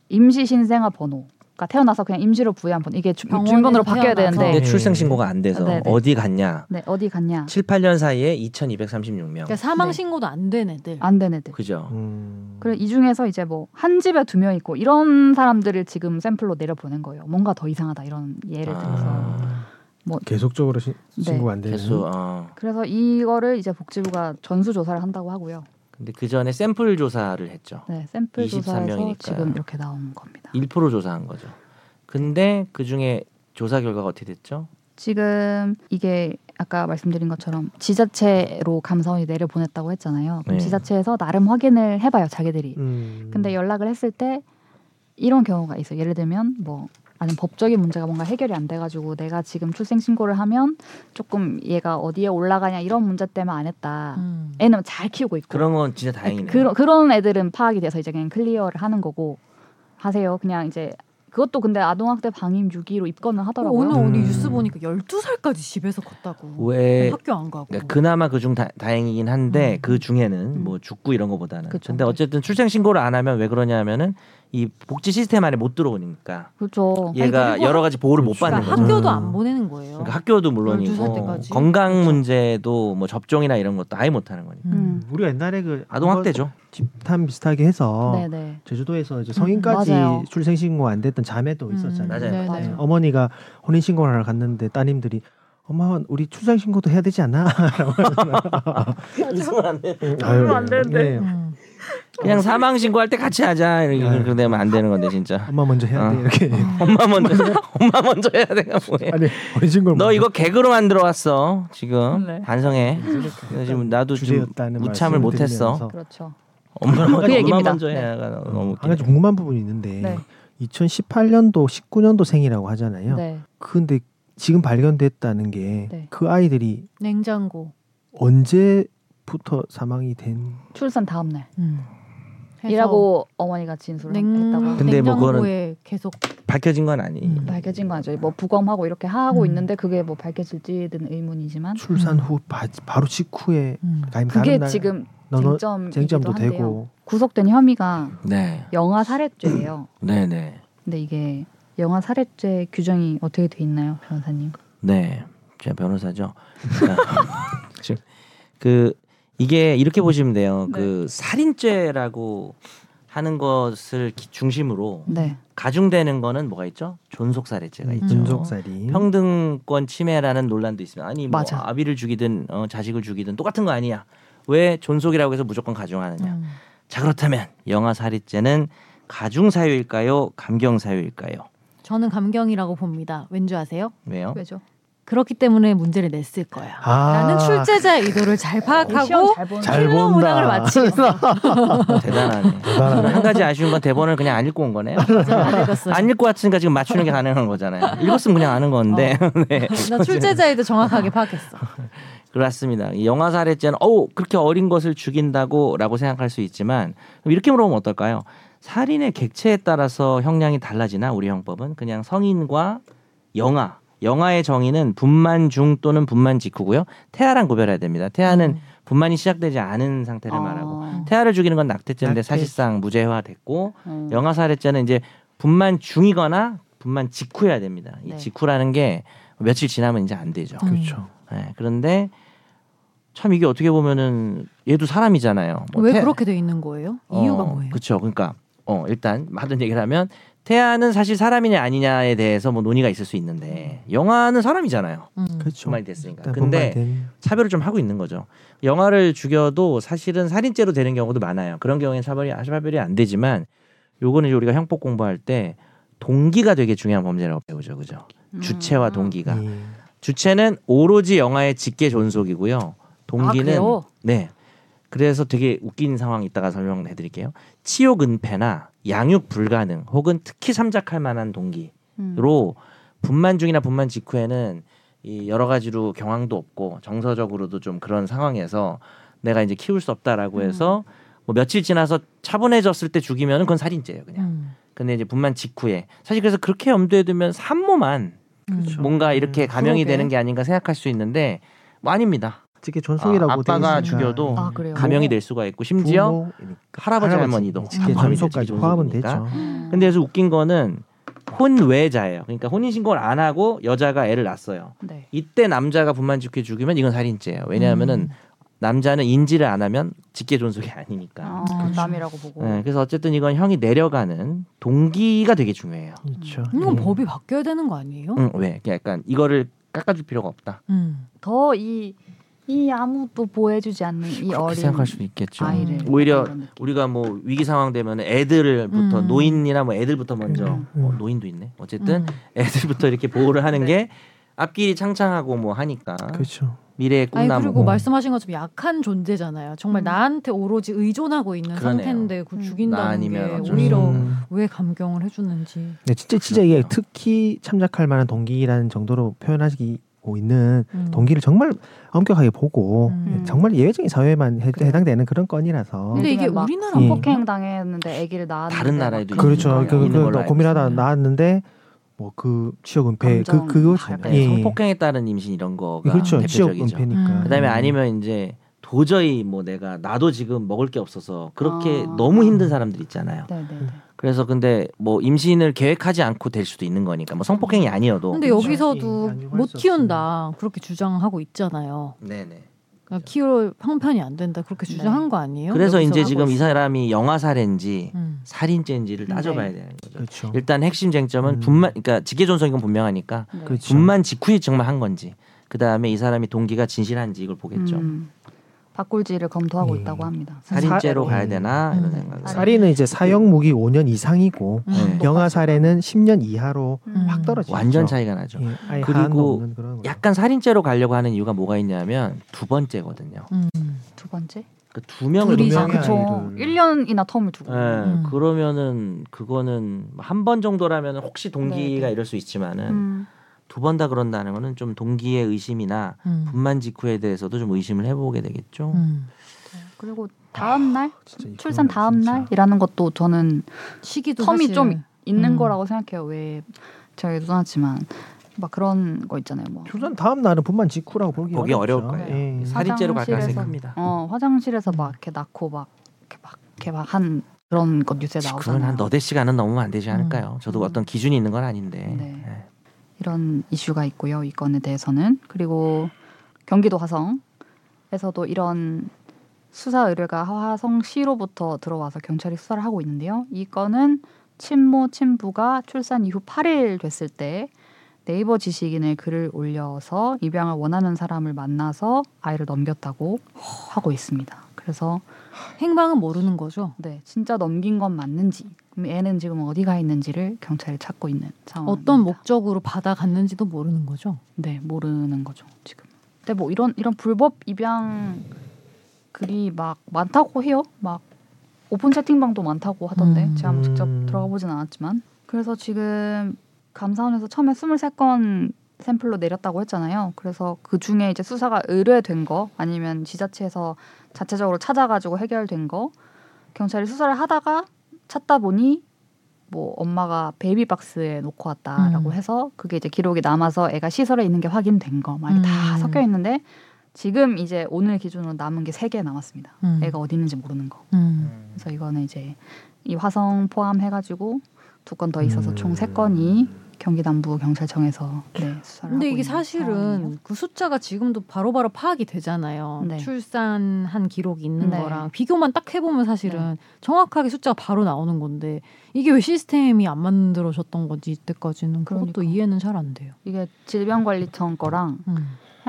S1: 임시 신생아 번호, 그러니까 태어나서 그냥 임시로 부여한 번호 이게 주,
S3: 병원에서
S1: 주민번호로 바뀌어야
S3: 태어나서.
S1: 되는데
S2: 네.
S4: 근데 출생 신고가 안 돼서
S1: 네, 네.
S4: 어디 갔냐?
S1: 네 어디 갔냐
S4: 7, 8년 사이에 2,236명.
S3: 그러니까 사망
S1: 네. 아,
S3: 신고도 안 된 애들.
S1: 안 된 애들.
S4: 그죠?
S2: 음.
S1: 그래 이 중에서 이제 뭐 한 집에 두 명 있고 이런 사람들을 지금 샘플로 내려보낸 거예요. 뭔가 더 이상하다 이런 예를 들어서.
S4: 아,
S2: 계속적으로 신,
S1: 네.
S2: 신고가 안 되는.
S4: 계속 어.
S1: 그래서 이거를 이제 복지부가 전수 조사를 한다고 하고요.
S4: 근데 그 전에 샘플 조사를 했죠.
S1: 네, 샘플 조사에서
S4: 23명이니까요.
S1: 지금 이렇게 나온 겁니다.
S4: 1% 조사한 거죠. 근데 그 중에 조사 결과가 어떻게 됐죠?
S1: 지금 이게 아까 말씀드린 것처럼 지자체로 감사원이 내려보냈다고 했잖아요. 그럼
S4: 네.
S1: 지자체에서 나름 확인을 해봐요, 자기들이.
S2: 음.
S1: 근데 연락을 했을 때 이런 경우가 있어요. 예를 들면 뭐 아니면 법적인 문제가 뭔가 해결이 안 돼가지고 내가 지금 출생 신고를 하면 조금 얘가 어디에 올라가냐 이런 문제 때문에 안 했다.
S3: 음.
S1: 애는 잘 키우고 있고
S4: 그런 건 진짜 다행이네요.
S1: 그런 그런 애들은 파악이 돼서 이제 그냥 클리어를 하는 거고 하세요. 그냥 이제 그것도 근데 아동학대 방임 6위로 입건을 하더라고요.
S3: 어, 오늘 오늘
S2: 음.
S3: 뉴스 보니까 12살까지 집에서 컸다고. 네,
S4: 왜
S3: 학교 안 가고.
S4: 그러니까 그나마 그중 다- 다행이긴 한데
S3: 음.
S4: 그 중에는
S1: 음.
S4: 뭐 죽고 이런 거보다는
S1: 그쵸.
S4: 근데 어쨌든 출생 신고를 안 하면 왜 그러냐면은 이 복지 시스템 안에 못 들어오니까
S1: 그렇죠.
S4: 얘가
S3: 그리고
S4: 여러 가지 보호를 못
S2: 그렇죠.
S4: 받는
S3: 그러니까
S4: 거죠.
S3: 학교도
S2: 음.
S3: 안 보내는 거예요.
S4: 그러니까 학교도 물론이고
S3: 12살 때까지.
S4: 건강
S3: 그렇죠.
S4: 문제도 뭐 접종이나 이런 것도 아예 못 하는 거니까.
S1: 음.
S2: 우리가 옛날에 그
S4: 아동 학대죠.
S2: 집단 비슷하게 해서
S1: 네네.
S2: 제주도에서 이제 성인까지
S1: 음, 맞아요.
S2: 출생 신고 안 됐던 자매도
S3: 음.
S2: 있었잖아요.
S4: 맞아요.
S1: 네,
S2: 네,
S1: 맞아요.
S2: 어머니가 혼인 신고를 하러 갔는데 따님들이 엄마 우리 출생 신고도 해야 되지 않아?
S4: 웃으면 안 돼.
S2: 아유 안
S4: 네.
S2: 되는데.
S3: 음.
S4: 그냥 사망 신고할 때 같이 하자. 이렇게
S2: 네.
S4: 그러면 안 되는 건데 진짜.
S2: 엄마 먼저 해야 돼
S4: 아.
S2: 이렇게.
S4: 엄마 먼저 엄마 먼저 해야 되나 뭐해.
S2: 아니 혼인 신고
S4: 너 이거 개그로 만들어 왔어 지금
S1: 네.
S4: 반성해. 지금 나도 좀
S2: 주제였다는 말씀을
S4: 무참을 못했어.
S2: 드리면서.
S1: 그렇죠.
S4: 엄마
S1: 그 얘기입니다.
S4: 엄마 먼저 해.
S1: 네.
S4: 가 너무
S2: 한 가지
S4: 웃기네.
S2: 아, 궁금한 부분이 있는데
S1: 네.
S2: 2018년도 19년도 생이라고
S4: 예.
S2: 하잖아요.
S3: 네.
S2: 근데 지금 발견됐다는 게 그
S1: 네.
S2: 아이들이
S3: 냉장고.
S2: 언제부터 사망이 된
S1: 출산 다음 날
S3: 음. 해서
S1: 이라고 어머니가 진술을 했다고 네,
S3: 냉,
S4: 근데 뭐 그거는-
S3: 냉장고에 계속
S4: 밝혀진 건 아니.
S3: 음.
S1: 밝혀진 거 아니죠. 뭐 부검하고 이렇게 하고
S3: 음.
S1: 있는데 그게 뭐 밝혀질지는 의문이지만
S2: 출산
S3: 음.
S2: 후 바, 바로 직후에
S3: 음.
S2: 가임
S1: 그게
S2: 다른 날
S1: 지금
S2: 너
S1: 쟁점이기도
S2: 쟁점도
S1: 한데요.
S2: 되고
S1: 구속된 혐의가
S4: 네,
S1: 영아 살해죄예요.
S4: 네, 네,
S1: 근데 이게 영아 살해죄 규정이 어떻게 돼 있나요, 변호사님?
S4: 네. 제가 변호사죠. 자, 지금 그 이게 이렇게 보시면 돼요.
S1: 네.
S4: 그 살인죄라고 하는 것을 기- 중심으로
S1: 네.
S4: 가중되는 거는 뭐가 있죠? 존속살해죄가 있죠.
S2: 문속살이
S4: 평등권 침해라는 논란도 있습니다. 아니 뭐
S1: 맞아.
S4: 아비를 죽이든 어, 자식을 죽이든 똑같은 거 아니야. 왜 존속이라고 해서 무조건 가중하느냐.
S3: 음.
S4: 자 그렇다면 영아 살인죄는 가중 사유일까요? 감경 사유일까요?
S3: 저는 감경이라고 봅니다. 왠지 아세요?
S4: 왜요?
S1: 왜죠?
S3: 그렇기 때문에 문제를 냈을 거야.
S2: 아,
S3: 나는 출제자의 의도를
S4: 어,
S3: 잘 파악하고
S1: 잘 보는
S2: 잘
S3: 필러
S2: 본다.
S3: 문항을 마치겠어.
S4: 대단하네.
S2: 대단하네.
S4: 한 가지 아쉬운 건 대본을 그냥 안 읽고 온 거네요.
S3: 안 읽었어.
S4: 안 읽고 왔으니까 지금 맞추는 게 가능한 거잖아요. 읽었으면 그냥 아는 건데. 네.
S3: 나 출제자의 의도
S4: 아.
S3: 정확하게 파악했어.
S4: 그렇습니다. 이 영화 살해죄는 어우 그렇게 어린 것을 죽인다고라고 생각할 수 있지만 그럼 이렇게 물어보면 어떨까요? 살인의 객체에 따라서 형량이 달라지나 우리 형법은 그냥 성인과 영아 영아의 정의는 분만 중 또는 분만 직후고요. 태아랑 구별해야 됩니다.
S2: 음.
S4: 태아는 분만이 시작되지 않은 상태를 말하고
S1: 어.
S4: 태아를 죽이는 건 낙태죄인데
S2: 어. 낙태.
S4: 사실상 무죄화됐고
S1: 음.
S4: 영아 살해죄는 이제 분만 중이거나 분만 직후여야 됩니다. 이
S3: 네.
S4: 직후라는 게 며칠 지나면 이제 안 되죠.
S2: 그렇죠.
S4: 예, 그런데 참 이게 어떻게 보면은 얘도 사람이잖아요. 뭐
S3: 왜
S4: 태-
S3: 그렇게 돼 있는 거예요? 이유가
S4: 어,
S3: 뭐예요?
S4: 그렇죠. 그러니까 어 일단 많은 얘기를 하면 태아는 사실 사람이냐 아니냐에 대해서 뭐 논의가 있을 수 있는데 영화는 사람이잖아요.
S3: 음.
S2: 그렇죠.
S4: 분만이 됐으니까.
S2: 일단
S4: 근데
S2: 분만된
S4: 차별을 좀 하고 있는 거죠. 영화를 죽여도 사실은 살인죄로 되는 경우도 많아요. 그런 경우에는 차별이 아주 차별이 안 되지만 요거는 이제 우리가 형법 공부할 때 동기가 되게 중요한 범죄라고 배우죠. 그죠? 주체와
S3: 음.
S4: 동기가.
S2: 이
S4: 주체는 오로지 영화의 직계 존속이고요.
S3: 아,
S4: 동기는
S3: 그래요?
S4: 네. 그래서 되게 웃긴 상황이 있다가 설명해 드릴게요. 치욕 은폐나 양육 불가능 혹은 특히 삼작할 만한 동기로
S1: 음.
S4: 분만 중이나 분만 직후에는 이 여러 가지로 경황도 없고 정서적으로도 좀 그런 상황에서 내가 이제 키울 수
S3: 음.
S4: 없다라고 해서 뭐 며칠 지나서 차분해졌을 때 죽이면은 그건 살인죄예요, 그냥.
S3: 음.
S4: 근데 이제 분만 직후에 사실 그래서 그렇게 염두에 두면 산모만
S3: 음.
S4: 뭔가 이렇게 감형이
S1: 그러게.
S4: 되는 게 아닌가 생각할 수 있는데 뭐 아닙니다.
S2: 어떻게 전속이라고
S4: 아,
S2: 돼
S4: 아빠가
S2: 있으니까.
S4: 죽여도
S1: 아, 그래요?
S4: 감형이 될 수가 있고 심지어
S2: 부모이니까.
S4: 할아버지, 할머니도
S2: 직계
S4: 포함이
S2: 전속까지
S4: 되죠,
S2: 포함은
S4: 전속이니까.
S2: 되죠.
S1: 음.
S4: 근데 그래서 웃긴 거는 혼외자예요. 그러니까 혼인 신고를 안 하고 여자가 애를 낳았어요.
S1: 네.
S4: 이때 남자가 분만 죽게 죽이면 이건 살인죄예요. 왜냐하면은 남자는 인지를 안 하면 직계 존속이 아니니까.
S1: 아, 남이라고 보고.
S4: 네, 그래서 어쨌든 이건 형이 내려가는 동기가 되게 중요해요.
S2: 그렇죠.
S3: 음.
S4: 음.
S3: 이건 뭐-
S2: 예.
S3: 법이 바뀌어야 되는 거 아니에요?
S4: 응, 왜? 그러니까 약간 이거를 깎아줄 필요가 없다.
S3: 음.
S1: 더 이 이 아무도 보호해주지 않는 이
S4: 그렇게
S1: 어린
S4: 생각할 수도 있겠죠. 음.
S1: 아이를
S4: 오히려
S1: 그런 느낌.
S4: 우리가 뭐 위기 상황 되면 애들부터
S3: 음.
S4: 노인이나 뭐 애들부터 먼저
S1: 음.
S4: 어, 노인도 있네. 어쨌든
S3: 음.
S4: 애들부터 이렇게 보호를 하는
S1: 네.
S4: 게 앞길이 창창하고 뭐 하니까
S2: 그렇죠.
S4: 미래의
S3: 아니
S4: 꿈나무. 네,
S3: 그리고 말씀하신 것처럼 약한 존재잖아요.
S1: 음.
S3: 정말 나한테 오로지 의존하고 있는
S4: 그러네요.
S3: 상태인데 그
S1: 음.
S4: 나
S3: 죽인다는 게
S4: 아니면 어쩔
S3: 오히려
S4: 수
S2: 음.
S3: 왜 감경을 해주는지.
S2: 네, 진짜 진짜 이게
S4: 그렇죠.
S2: 특히 참작할 만한 동기라는 정도로 표현하시고 있는
S3: 음.
S2: 동기를 정말 엄격하게 보고
S3: 음.
S2: 정말 예외적인 사회만 해, 당되는 그런 건이라서
S3: 근데 이게
S1: 예전에 막
S3: 우리나라
S2: 예.
S1: 폭행 당했는데 아기를 낳았는데
S4: 다른
S1: 막
S4: 나라에도
S1: 그런
S4: 있는
S2: 그렇죠.
S1: 거예요.
S2: 그, 그,
S4: 있는 걸로
S2: 그,
S4: 알고
S2: 고민하다
S1: 있어요.
S2: 나왔는데 뭐 그 취업 은폐 그
S1: 감정
S2: 그거
S1: 약간
S4: 네,
S1: 예.
S4: 성폭행에 따른 임신 이런 거가
S2: 그렇죠. 취업
S4: 대표적이죠.
S2: 은폐니까.
S3: 음.
S4: 그다음에 아니면 이제 도저히 뭐 내가 나도 지금 먹을 게 없어서 그렇게
S1: 아.
S4: 너무 힘든 사람들 있잖아요.
S1: 네, 네, 네.
S4: 그래서 근데 뭐 임신을 계획하지 않고 될 수도 있는 거니까 뭐 성폭행이 아니어도.
S3: 근데
S2: 그렇죠. 예,
S3: 여기서도
S2: 양육할
S3: 못
S2: 수
S3: 키운다 그렇게 주장하고 있잖아요.
S4: 네네.
S3: 그러니까 키울 형편이 안 된다 그렇게
S1: 네.
S3: 주장한 거 아니에요?
S4: 그래서
S3: 여기서
S4: 이제
S3: 하고
S4: 지금 이
S3: 있어요.
S4: 사람이 영화 살인지
S3: 음.
S4: 살인죄인지를 따져봐야 되는 거죠.
S2: 네. 그렇죠.
S4: 일단 핵심 쟁점은
S2: 음.
S4: 분만 그러니까 직계존속인 건 분명하니까
S1: 네.
S2: 그렇죠.
S4: 분만 직후에 정말 한 건지 그 다음에 이 사람이 동기가 진실한지 이걸 보겠죠. 음.
S1: 음. 바꿀지를 검토하고
S2: 예.
S1: 있다고 합니다.
S4: 살인죄로
S2: 사-
S4: 가야
S2: 음.
S4: 되나 이런
S3: 음.
S4: 생각을.
S2: 살인은 이제 사형 무기 5년 이상이고
S4: 네.
S2: 영아 살해는 10년 이하로
S1: 음.
S2: 확 떨어지죠.
S4: 완전 차이가 나죠.
S2: 예, 아예
S4: 그리고
S2: 한도 없는 그런 거죠.
S4: 약간 살인죄로 가려고 하는 이유가 뭐가 있냐면 두 번째거든요.
S3: 음.
S1: 두 번째
S4: 그러니까 두 명을
S2: 둘이서.
S4: 놓잖아요.
S1: 둘이서 그쵸.
S2: 명의 아이를.
S1: 1년이나 텀을 두고.
S4: 예,
S3: 음.
S4: 그러면은 그거는 뭐 한 번 정도라면 혹시 동기가
S1: 네, 네.
S4: 이럴 수 있지만은
S1: 음.
S4: 두 번 다 그런다는 거는 좀 동기의 의심이나
S3: 음.
S4: 분만 직후에 대해서도 좀 의심을 해보게 되겠죠.
S3: 음.
S1: 그리고 다음 날
S4: 아,
S2: 진짜 이거는
S1: 출산 다음
S2: 진짜.
S1: 날이라는 것도 저는
S3: 시기도
S1: 텀이
S3: 사실-
S1: 좀 있는
S3: 음.
S1: 거라고 생각해요. 왜 저희도 써놨지만 막 그런 거 있잖아요. 뭐
S2: 출산 다음 날은 분만 직후라고 보기
S4: 보기 어려울
S2: 어렵죠.
S4: 거예요.
S2: 예.
S4: 살인죄로 갈 가능성이
S1: 화장실에서-
S4: 큽니다.
S1: 어, 화장실에서 막 이렇게 낳고 막 이렇게 막 이렇게 막 한 그런 것 뉴스에
S4: 그건
S1: 나오잖아요.
S4: 한 너댓 시간은 넘으면 안 되지 않을까요? 저도
S1: 음.
S4: 어떤 기준이 있는 건 아닌데.
S1: 네.
S4: 예.
S1: 이런 이슈가 있고요. 이 건에 대해서는 그리고 경기도 화성에서도 이런 수사 의뢰가 화성 시로부터 들어와서 경찰이 수사를 하고 있는데요. 이 건은 친모 친부가 출산 이후 8일 됐을 때 네이버 지식인에 글을 올려서 입양을 원하는 사람을 만나서 아이를 넘겼다고 하고 있습니다. 그래서
S3: 행방은 모르는 거죠.
S1: 네 진짜 넘긴 건 맞는지 그럼 애는 지금 어디가 있는지를 경찰이 찾고 있는 상황입니다.
S3: 어떤 목적으로 받아갔는지도 모르는 거죠.
S1: 네 모르는 거죠 지금. 근데 뭐 이런 이런 불법 입양 글이 막 많다고 해요. 막 오픈 채팅방도 많다고 하던데
S3: 음.
S1: 제가 한번 직접
S2: 음.
S1: 들어가 보진 않았지만 그래서 지금 감사원에서 처음에 23건 샘플로 내렸다고 했잖아요. 그래서 그 중에 이제 수사가 의뢰된 거 아니면 지자체에서 자체적으로 찾아가지고 해결된 거 경찰이 수사를 하다가 찾다 보니 뭐 엄마가 베이비 박스에 놓고 왔다라고
S3: 음.
S1: 해서 그게 이제 기록이 남아서 애가 시설에 있는 게 확인된 거 많이 다
S3: 음.
S1: 섞여 있는데 지금 이제 오늘 기준으로 남은 게 세 개 남았습니다.
S3: 음.
S1: 애가 어디 있는지 모르는 거.
S3: 음.
S1: 그래서 이거는 이제 이 화성 포함해가지고 두 건 더 음.
S3: 음.
S1: 있어서 총 세 건이
S2: 음.
S1: 경기남부 경찰청에서 네, 수사를
S3: 근데
S1: 하고
S3: 이게
S1: 있는 상황이에요.
S3: 사실은 그 숫자가 지금도 바로바로 파악이 되잖아요.
S1: 네.
S3: 출산한 기록이 있는
S1: 네.
S3: 거랑 비교만 딱 해보면 사실은 정확하게 숫자가 바로 나오는 건데 이게 왜 시스템이 안 만들어졌던 건지 이때까지는 그것도
S1: 그러니까.
S3: 이해는 잘 안 돼요.
S1: 이게 질병관리청 거랑
S3: 음.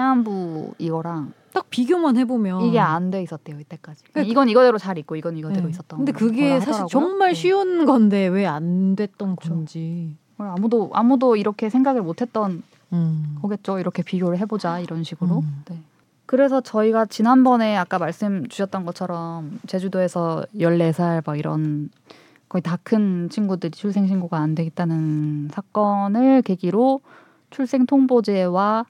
S1: 해안부 이거랑
S3: 딱 비교만 해보면
S1: 이게 안 돼 있었대요 이때까지.
S3: 어. 그러니까
S1: 이건 이거대로 잘 있고 이건 이거대로
S3: 네.
S1: 있었던.
S3: 근데
S1: 거라
S3: 그게 사실
S1: 하더라고요.
S3: 정말
S1: 네.
S3: 쉬운 건데 왜 안 됐던
S1: 그렇죠.
S3: 건지.
S1: 뭘 아무도 아무도 이렇게 생각을 못했던
S3: 음.
S1: 거겠죠. 이렇게 비교를 해보자 이런 식으로.
S3: 음.
S1: 네. 그래서 저희가 지난번에 아까 말씀 주셨던 것처럼 제주도에서 14살 막 이런 거의 다 큰 친구들이 출생 신고가 안 돼 있다는 사건을 계기로 출생 통보제와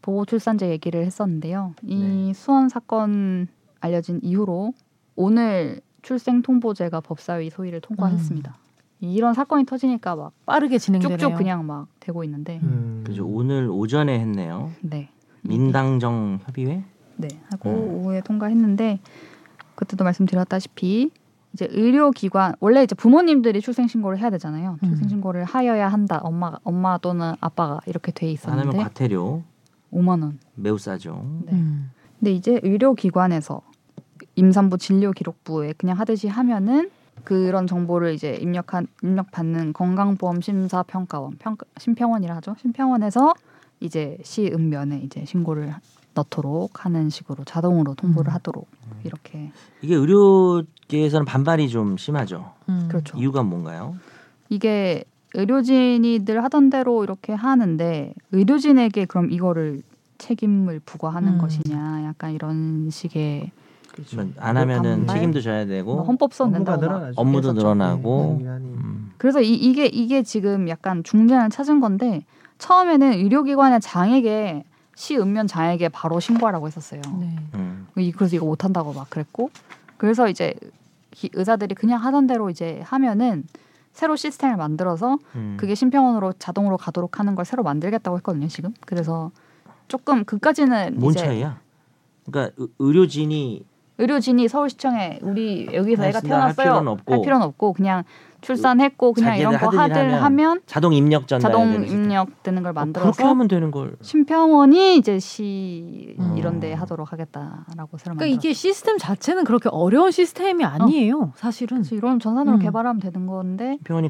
S1: 보호 출산제 얘기를 했었는데요. 이 수원 사건 알려진 이후로 오늘 출생 통보제가 법사위 소위를 통과했습니다. 이런 사건이 터지니까 막
S3: 빠르게 진행되네요.
S1: 쭉쭉 그냥 막 되고 있는데
S2: 음.
S4: 그죠. 오늘 오전에 했네요.
S1: 네
S4: 민당정 협의회.
S1: 네 하고
S4: 음.
S1: 오후에 통과했는데 그때도 말씀드렸다시피 이제 의료기관 원래 이제 부모님들이 출생신고를 해야 되잖아요
S3: 음.
S1: 출생신고를 하여야 한다 엄마 엄마 또는 아빠가 이렇게 돼
S4: 안 하면
S1: 있었는데
S4: 과태료
S1: 5만 원
S4: 매우 싸죠.
S1: 네.
S3: 음.
S1: 근데 이제 의료기관에서 임산부 진료 기록부에 그냥 하듯이 하면은 그런 정보를 이제 입력한 입력받는 건강보험 심사 평가원 평가 심평원이라 하죠 심평원에서 이제 시읍면에 이제 신고를 넣도록 하는 식으로 자동으로 통보를
S3: 음.
S1: 하도록 이렇게
S4: 이게 의료계에서는 반발이 좀 심하죠.
S3: 음.
S1: 그렇죠
S4: 이유가 뭔가요?
S1: 이게 의료진이 늘 하던 대로 이렇게 하는데 의료진에게 그럼 이거를 책임을 부과하는
S3: 음.
S1: 것이냐 약간 이런 식의
S2: 그렇죠.
S4: 그러면 안 하면은
S1: 반발?
S4: 책임도 져야 되고
S1: 뭐 헌법선
S2: 업무가
S1: 낸다고 막
S2: 늘어나죠.
S4: 업무도
S1: 그랬었죠.
S4: 늘어나고.
S2: 네, 미안히.
S4: 음.
S1: 그래서 이, 이게 이게 지금 약간 중재안을 찾은 건데 처음에는 의료기관의 장에게 시읍면 장에게 바로 신고하라고 했었어요.
S3: 네.
S4: 음.
S1: 이- 그래서 이거 못한다고 막 그랬고 그래서 이제 기- 의사들이 그냥 하던 대로 이제 하면은 새로 시스템을 만들어서
S4: 음.
S1: 그게 심평원으로 자동으로 가도록 하는 걸 새로 만들겠다고 했거든요 지금. 그래서 조금 그까지는
S4: 뭔
S1: 이제
S4: 차이야? 그러니까 의- 의료진이
S1: 의료진이 서울시청에 우리 여기서 애가
S4: 알겠습니다. 할
S1: 태어났어요
S4: 필요는 없고.
S1: 할 필요는 없고 그냥 출산했고 그냥 이런 거
S4: 자기들 하던 일
S1: 하들
S4: 하면
S1: 하면
S4: 자동 입력 전달
S1: 자동 입력되는 걸
S4: 그렇게
S1: 만들어서
S4: 어, 하면 되는 걸.
S1: 심평원이 이제 시
S3: 음.
S1: 이런데 하도록 하겠다라고 새로
S3: 그러니까
S1: 만들었어요.
S3: 이게 시스템 자체는 그렇게 어려운 시스템이 아니에요. 사실은.
S1: 그래서 이런 전산으로
S3: 음.
S1: 개발하면 되는 건데,
S4: 평원이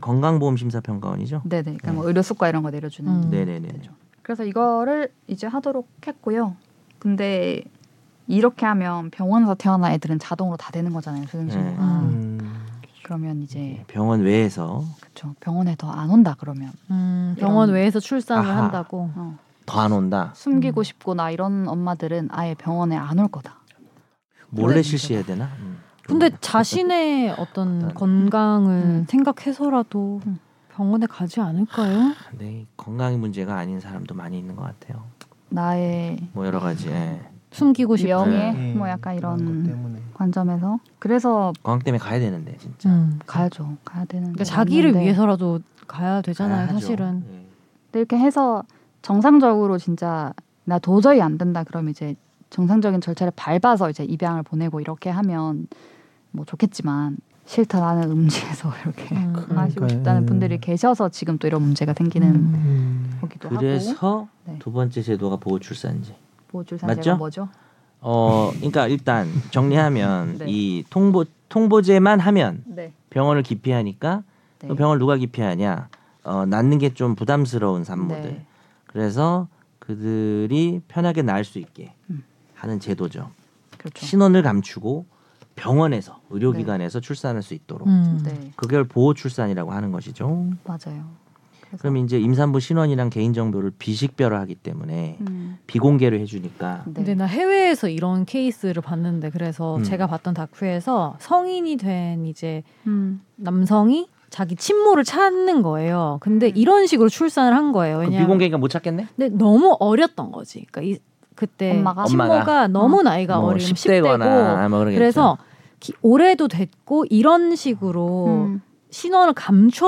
S4: 건강보험심사평가원이죠.
S1: 네네, 그러니까 뭐
S4: 네.
S1: 의료 수과 이런 거 내려주는
S3: 음.
S4: 네네네.
S1: 데죠. 그래서 이거를 이제 하도록 했고요. 근데 이렇게 하면 병원에서 태어난 애들은 자동으로 다 되는 거잖아요. 조생신고가
S3: 네.
S2: 음.
S1: 그러면 이제
S4: 병원 외에서
S1: 그쵸 병원에 더 안 온다 그러면
S3: 음, 병원
S1: 이런-
S3: 외에서 출산을
S4: 아하.
S3: 한다고.
S1: 어,
S4: 더 안 온다.
S1: 숨기고
S3: 음.
S1: 싶고 나 이런 엄마들은 아예 병원에 안 올 거다.
S4: 몰래
S3: 그래,
S4: 실시해야 되나? 음.
S3: 근데 자신의 어떤
S4: 어떤-
S3: 건강을
S1: 음.
S3: 생각해서라도
S1: 음.
S3: 병원에 가지 않을까요?
S4: 네, 건강이 문제가 아닌 사람도 많이 있는 것 같아요.
S1: 나의
S4: 뭐 여러 가지 예.
S3: 숨기고 싶은 음.
S1: 명예
S2: 예,
S1: 뭐 약간
S2: 그런 것
S1: 이런
S2: 때문에.
S1: 관점에서 그래서
S4: 건강 때문에 가야 되는데 진짜.
S3: 음.
S1: 가야죠 가야 되는
S3: 그러니까 자기를
S1: 맞는데.
S3: 위해서라도 가야
S4: 가야
S3: 되잖아요,
S4: 하죠.
S3: 사실은.
S4: 예.
S1: 근데 이렇게 해서 정상적으로 진짜 나 도저히 안 된다 그럼 이제 정상적인 절차를 밟아서 이제 입양을 보내고 이렇게 하면 뭐 좋겠지만 싫다 나는 음지에서 이렇게
S3: 음,
S1: 하시고
S2: 그러니까요. 예.
S1: 싶다는 분들이 계셔서 지금 또 이런 문제가 생기는
S3: 음.
S1: 거기도 하고
S4: 그래서
S1: 네.
S4: 두 번째 제도가 보호출산제.
S1: 보호출산제가
S4: 맞죠?
S1: 뭐죠?
S4: 어, 그러니까 일단 정리하면
S1: 네.
S4: 이 통보 통보제만 하면
S1: 네.
S4: 병원을 기피하니까
S1: 네.
S4: 그 병원을 누가 기피하냐? 어, 낳는 게 좀 부담스러운 산모들.
S1: 네.
S4: 그래서 그들이 편하게 낳을 수 있게
S1: 음.
S4: 하는 제도죠.
S1: 그렇죠.
S4: 신원을 감추고 병원에서 의료기관에서 출산할 수 있도록
S3: 네. 음.
S1: 네.
S4: 그걸 보호 출산이라고 하는 것이죠.
S1: 맞아요. 그래서-
S4: 그럼 이제 임산부 신원이랑 개인 정보를 비식별화하기 때문에
S1: 음,
S4: 비공개로 해주니까
S1: 네.
S3: 근데 나 해외에서 이런 케이스를 봤는데 그래서
S4: 음.
S3: 제가 봤던 다큐에서 성인이 된 이제
S1: 음,
S3: 남성이 자기 친모를 찾는 거예요.
S1: 음.
S3: 근데 이런 식으로 출산을 한 거예요.
S4: 그
S3: 왜냐면
S4: 비공개니까 못 찾겠네.
S3: 근데 너무 어렸던 거지. 그러니까 이, 그때
S1: 엄마가?
S3: 친모가
S4: 엄마가?
S3: 너무 나이가
S4: 뭐
S3: 어리면 10대고
S4: 아, 뭐 그러겠죠.
S3: 그래서 기, 올해도 됐고 이런 식으로
S1: 음,
S3: 신원을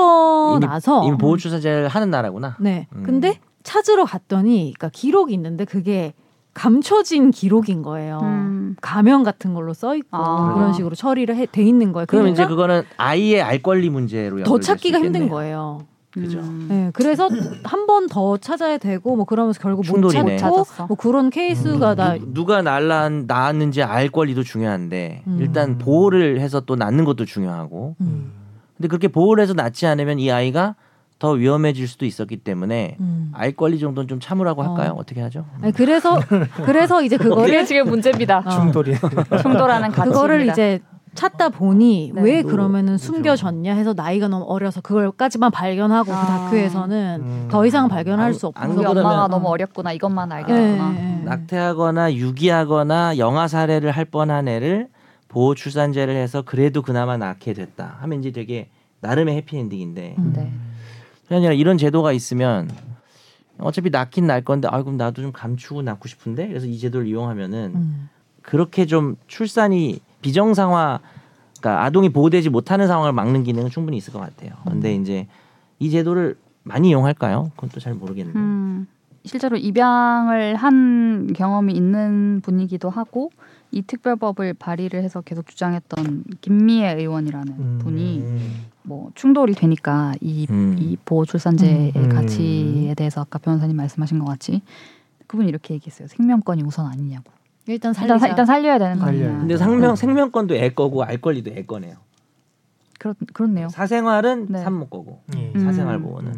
S3: 감춰놔서
S4: 이미 보호 출산제를 하는 나라구나.
S3: 네.
S4: 음.
S3: 근데 찾으러 갔더니 그러니까 기록이 있는데 그게 감춰진 기록인 거예요.
S1: 음,
S3: 가면 같은 걸로 써 있고
S1: 아.
S3: 그런 식으로 처리를 해, 돼 있는 거예요.
S4: 그럼
S3: 그러니까
S4: 이제 그거는 아이의 알 권리 문제로
S3: 더
S4: 연결될 수
S3: 찾기가 힘든
S4: 있겠네요.
S3: 거예요.
S4: 그죠.
S1: 음,
S3: 네, 그래서 한 번 더 찾아야 되고 뭐 그러면서 결국 못
S4: 충돌이네.
S3: 찾고
S1: 찾았어.
S3: 뭐 그런 케이스가
S2: 음.
S3: 나
S4: 누- 누가 날란 낳았는지 알 권리도 중요한데
S3: 음.
S4: 일단 보호를 해서 또 낳는 것도 중요하고
S3: 음.
S4: 근데 그렇게 보호를 해서 낳지 않으면 이 아이가 더 위험해질 수도 있었기 때문에
S3: 음.
S4: 알 권리 정도는 좀 참으라고 할까요?
S3: 어.
S4: 어. 떻게 하죠?
S3: 아니, 그래서 그래서 이제
S1: 그게
S3: 그거를
S1: 지금 문제입니다.
S3: 어.
S2: 충돌이
S1: 충돌하는 가치.
S3: 그거를 이제 찾다 보니
S1: 네.
S3: 왜
S4: 또,
S3: 그러면은
S2: 그죠.
S3: 숨겨졌냐 해서 나이가 너무 어려서 그걸까지만 발견하고
S1: 아.
S3: 그 다큐에서는
S2: 음.
S3: 더 이상 발견할 수 없어서
S4: 안
S1: 우리
S4: 그러면-
S1: 엄마가 너무 어렸구나 이것만 알게
S4: 아,
S1: 됐구나.
S3: 네.
S4: 낙태하거나 유기하거나 영아 살해를 할 뻔한 애를 보호 출산제를 해서 그래도 그나마 낳게 됐다 하면 이제 되게 나름의 해피엔딩인데
S3: 음.
S1: 네.
S4: 그게 아니라 이런 제도가 있으면 어차피 낳긴 낳을 건데 아 그럼 나도 좀 감추고 낳고 싶은데 그래서 이 제도를 이용하면은
S3: 음.
S4: 그렇게 좀 출산이 비정상화 그러니까 아동이 보호되지 못하는 상황을 막는 기능은 충분히 있을 것 같아요. 근데 이제 이 제도를 많이 이용할까요? 그건 또 잘 모르겠는데.
S1: 음, 실제로 입양을 한 경험이 있는 분이기도 하고 이 특별법을 발의를 해서 계속 주장했던 김미애 의원이라는
S2: 음.
S1: 분이 뭐 충돌이 되니까 이,
S4: 음.
S1: 이 보호출산제의
S2: 음.
S1: 가치에 대해서 아까 변호사님 말씀하신 것 같이 그분이 이렇게 얘기했어요. 생명권이 우선 아니냐고.
S3: 일단 살리자.
S1: 일단, 사- 일단 살려야 되는 거 아니냐.
S2: 살려야
S4: 근데 생명 생명권도 애 거고 알 권리도 애 거네요.
S1: 그렇, 그렇네요.
S4: 사생활은
S1: 네.
S4: 산모 거고
S2: 예.
S1: 음.
S4: 사생활 보호는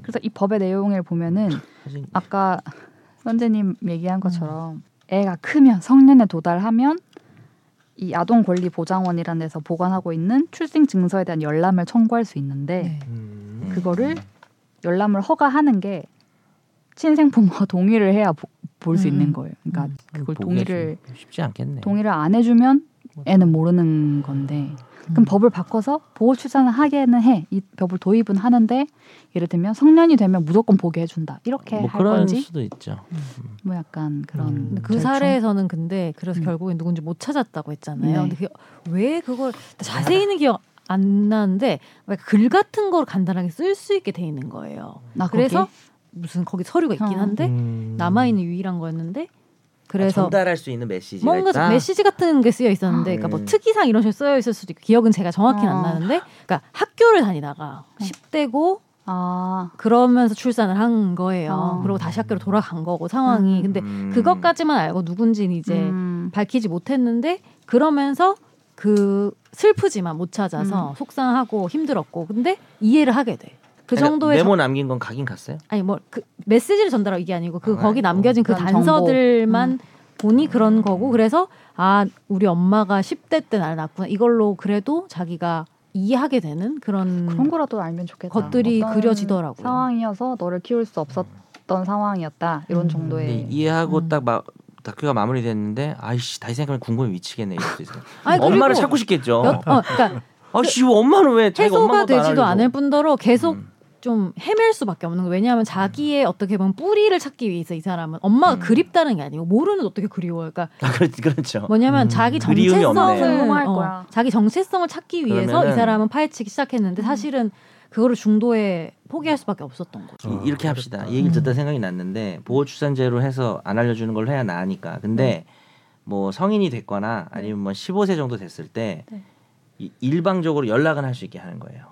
S1: 그래서 이 법의 내용을 보면은
S4: 사실
S1: 아까 선재님 얘기한
S3: 음.
S1: 것처럼 애가 크면 성년에 도달하면 이 아동 권리 보장원이라는 데서 보관하고 있는 출생 증서에 대한 열람을 청구할 수 있는데
S3: 네.
S2: 음.
S4: 음.
S1: 그거를 열람을 허가하는 게 친생부모가 동의를 해야 볼 수
S3: 음.
S1: 있는 거예요. 그러니까
S3: 음.
S1: 그걸
S4: 보기가
S1: 동의를
S4: 좀 쉽지 않겠네.
S1: 동의를 안 해주면 애는 모르는 건데
S3: 음.
S1: 그럼 법을 바꿔서 보호 출산을 하게는 해. 이 법을 도입은 하는데 예를 들면 성년이 되면 무조건 보게 해준다. 이렇게
S4: 뭐
S1: 할
S4: 그런
S1: 건지
S4: 수도 있죠.
S1: 뭐 약간 그런
S2: 음.
S3: 근데 그
S1: 절충?
S3: 사례에서는 근데 그래서
S1: 음.
S3: 결국엔 누군지 못 찾았다고 했잖아요.
S1: 네.
S3: 근데 그게 왜 그걸 자세히는 기억 안 나는데 막 글 같은 걸 간단하게 쓸 수 있게 돼 있는 거예요.
S1: 나
S3: 그래서
S1: 아, 거기?
S3: 무슨 거기 서류가 있긴
S1: 어.
S3: 한데
S2: 음.
S3: 남아 있는 유일한 거였는데 그래서
S4: 전달할 수 있는 메시지가
S3: 뭔가
S4: 아, 있다.
S3: 메시지 같은 게 쓰여
S1: 아,
S3: 있었는데, 그러니까 뭐
S4: 음.
S3: 특이상 이런 식으로 쓰여 있을 수도 있고 기억은 제가 정확히 는
S1: 어.
S3: 안 나는데, 그러니까 학교를 다니다가
S1: 네.
S3: 10대고
S1: 아
S3: 그러면서 출산을 한 거예요.
S1: 어.
S3: 그리고 다시 학교로 돌아간 거고 상황이.
S1: 음.
S3: 근데
S4: 음.
S3: 그것까지만 알고 누군지는 이제
S1: 음.
S3: 밝히지 못했는데 그러면서 그 슬프지만 못 찾아서 속상하고 힘들었고, 근데 이해를 하게 돼. 그
S4: 음. 그러니까
S3: 정도의
S4: 메모 남긴 건 가긴 갔어요.
S3: 아니 뭐 그 메시지를 전달하고 이게 아니고 그
S4: 아,
S3: 거기
S4: 아이고.
S3: 남겨진 그
S1: 그런
S4: 음.
S3: 단서들만 보니 그런 거고 그래서 아 우리 엄마가 10대 때 날 낳았구나 이걸로 그래도 자기가 이해하게 되는 그런,
S1: 그런 거라도 알면 좋겠다.
S3: 음, 것들이
S1: 어떤
S3: 그려지더라고요.
S1: 상황이어서 너를 키울 수 없었던 상황이었다. 이런
S3: 음.
S4: 근데
S1: 정도의
S4: 네, 이해하고
S3: 음.
S4: 딱 막 다큐가 마무리됐는데 아이씨 다시 생각하면 궁금해 미치겠네 이럴 수 있어요.
S3: 아니, 그리고
S4: 엄마를 찾고 싶겠죠.
S3: 여- 어, 그러니까
S4: 아씨 엄마는 왜 자기가 엄마
S3: 해소가
S4: 것도 안
S3: 되지도
S4: 알려줘.
S3: 않을 뿐더러 계속
S4: 음.
S3: 좀 헤맬 수밖에 없는 거예요. 왜냐하면 자기의 어떻게 보면 뿌리를 찾기 위해서 이 사람은 엄마가
S4: 음.
S3: 그립다는 게 아니고 모르는 어떻게 그리워요. 그러니까
S4: 아, 그렇, 그렇죠.
S3: 뭐냐면
S2: 음.
S3: 자기
S4: 그리움이 없네.
S3: 정체성을
S1: 궁금할
S3: 어,
S1: 거야.
S3: 자기 정체성을 찾기 위해서 이
S4: 그러면은-
S3: 사람은 파헤치기 시작했는데 사실은 그거를 중도에 포기할 수밖에 없었던 거죠.
S4: 이-
S2: 아,
S4: 이렇게 합시다.
S2: 그렇다.
S4: 이 얘기를 듣다
S3: 음.
S4: 생각이 났는데 보호출산제로 해서 안 알려주는 걸 해야 나으니까.
S3: 네.
S4: 근데 뭐 성인이 됐거나 아니면 뭐 15세 정도 됐을 때
S5: 네.
S4: 이- 일방적으로 연락은 할 수 있게 하는 거예요.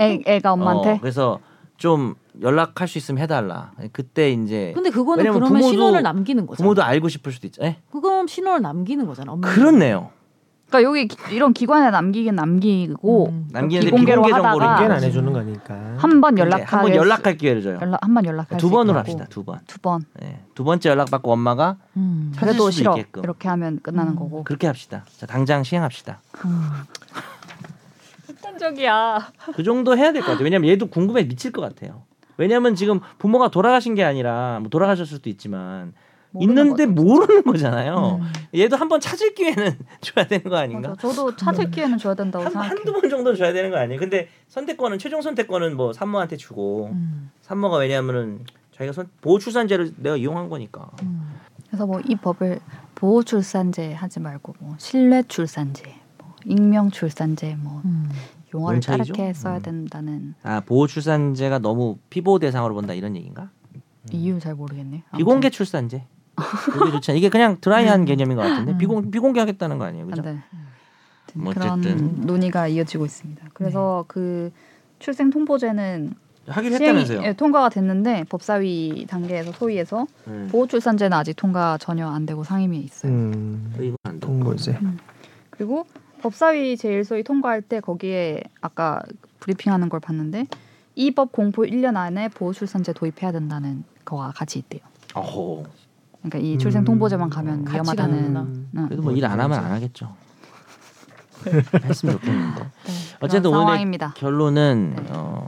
S1: 애, 애가 엄마한테
S4: 어, 그래서 좀 연락할 수 있으면 해달라. 그때 이제
S3: 근데 그거는
S4: 왜냐면
S3: 그러면
S4: 부모도-
S3: 신호를 남기는 거죠.
S4: 부모도 알고 싶을 수도 있죠. 예?
S3: 그건 신호를 남기는 거잖아. 엄마는.
S4: 그렇네요.
S1: 그러니까 여기 기- 이런 기관에 남기긴 남기고
S3: 음.
S4: 남기는데
S1: 비공개로
S4: 비공개
S1: 하다가
S4: 정보를
S2: 공개는
S1: 공개는
S2: 안 해주는 거니까.
S1: 한 번
S4: 근데
S1: 연락할
S4: 한번 연락할 기회를 줘요.
S1: 연락 한번 연락할
S4: 두
S1: 수
S4: 번으로
S1: 있고.
S4: 합시다. 두 번.
S1: 두 번.
S4: 예. 두 번째 연락 받고 엄마가
S3: 음.
S4: 찾을
S1: 그래도
S4: 수도
S1: 싫어.
S4: 있게끔.
S1: 이렇게 하면 끝나는
S3: 음.
S1: 거고.
S4: 그렇게 합시다. 자, 당장 시행합시다.
S3: 음.
S5: 극단적이야.
S4: 그 정도 해야 될 것 같아요. 왜냐면 얘도 궁금해 미칠 것 같아요. 왜냐면 지금 부모가 돌아가신 게 아니라 뭐 돌아가셨을 수도 있지만
S1: 모르는
S4: 있는데
S1: 거죠.
S4: 모르는 거잖아요.
S3: 음.
S4: 얘도 한번 찾을 기회는 줘야 되는 거 아닌가?
S1: 맞아. 저도 찾을 기회는 줘야 된다고
S4: 한,
S1: 생각해요.
S4: 한두 번 정도는 줘야 되는 거 아니에요? 근데 선택권은 최종 선택권은 뭐 산모한테 주고
S3: 음.
S4: 산모가 왜냐하면은 자기가 선, 보호 출산제를 내가 이용한 거니까.
S3: 음.
S1: 그래서 뭐 이 법을 보호 출산제 하지 말고 뭐 신뢰 출산제, 뭐 익명 출산제 뭐
S3: 음.
S1: 용어를
S4: 뭔 차이죠?
S1: 다르게 써야
S4: 음.
S1: 된다는
S4: 아 보호 출산제가 너무 피보 대상으로 본다 이런 얘기인가?
S1: 이유 잘 모르겠네요. 아무튼.
S4: 비공개 출산제. 이게 좋지 않- 이게 그냥 드라이한 개념인 것 같은데
S3: 음.
S4: 비공 비공개하겠다는 거 아니에요, 그죠?
S1: 네.
S4: 뭐
S1: 그런
S4: 어쨌든. 네.
S1: 논의가 이어지고 있습니다. 그래서 그 출생 통보제는
S4: 하기로
S1: 시행이
S4: 했다면서요?
S1: 예, 통과가 됐는데 법사위 단계에서 소위에서
S4: 음.
S1: 보호 출산제는 아직 통과 전혀 안 되고 상임위에 있어요.
S2: 음,
S4: 이건 안 돼.
S2: 통보제.
S1: 그리고 법사위 제일소위 통과할 때 거기에 아까 브리핑하는 걸 봤는데 이 법 공포 1년 안에 보호 출산제 도입해야 된다는 거와 같이 있대요.
S4: 어허.
S1: 그러니까 이 출생 통보제만 가면
S3: 같이
S1: 위험하다는
S3: 가는구나.
S2: 음,
S1: 응,
S4: 음. 그래도 뭐 일 안 하면 안 하겠죠. 했으면 좋겠는데.
S1: 네,
S4: 어쨌든
S1: 그런
S4: 오늘
S1: 상황입니다.
S4: 결론은
S1: 네.
S4: 어,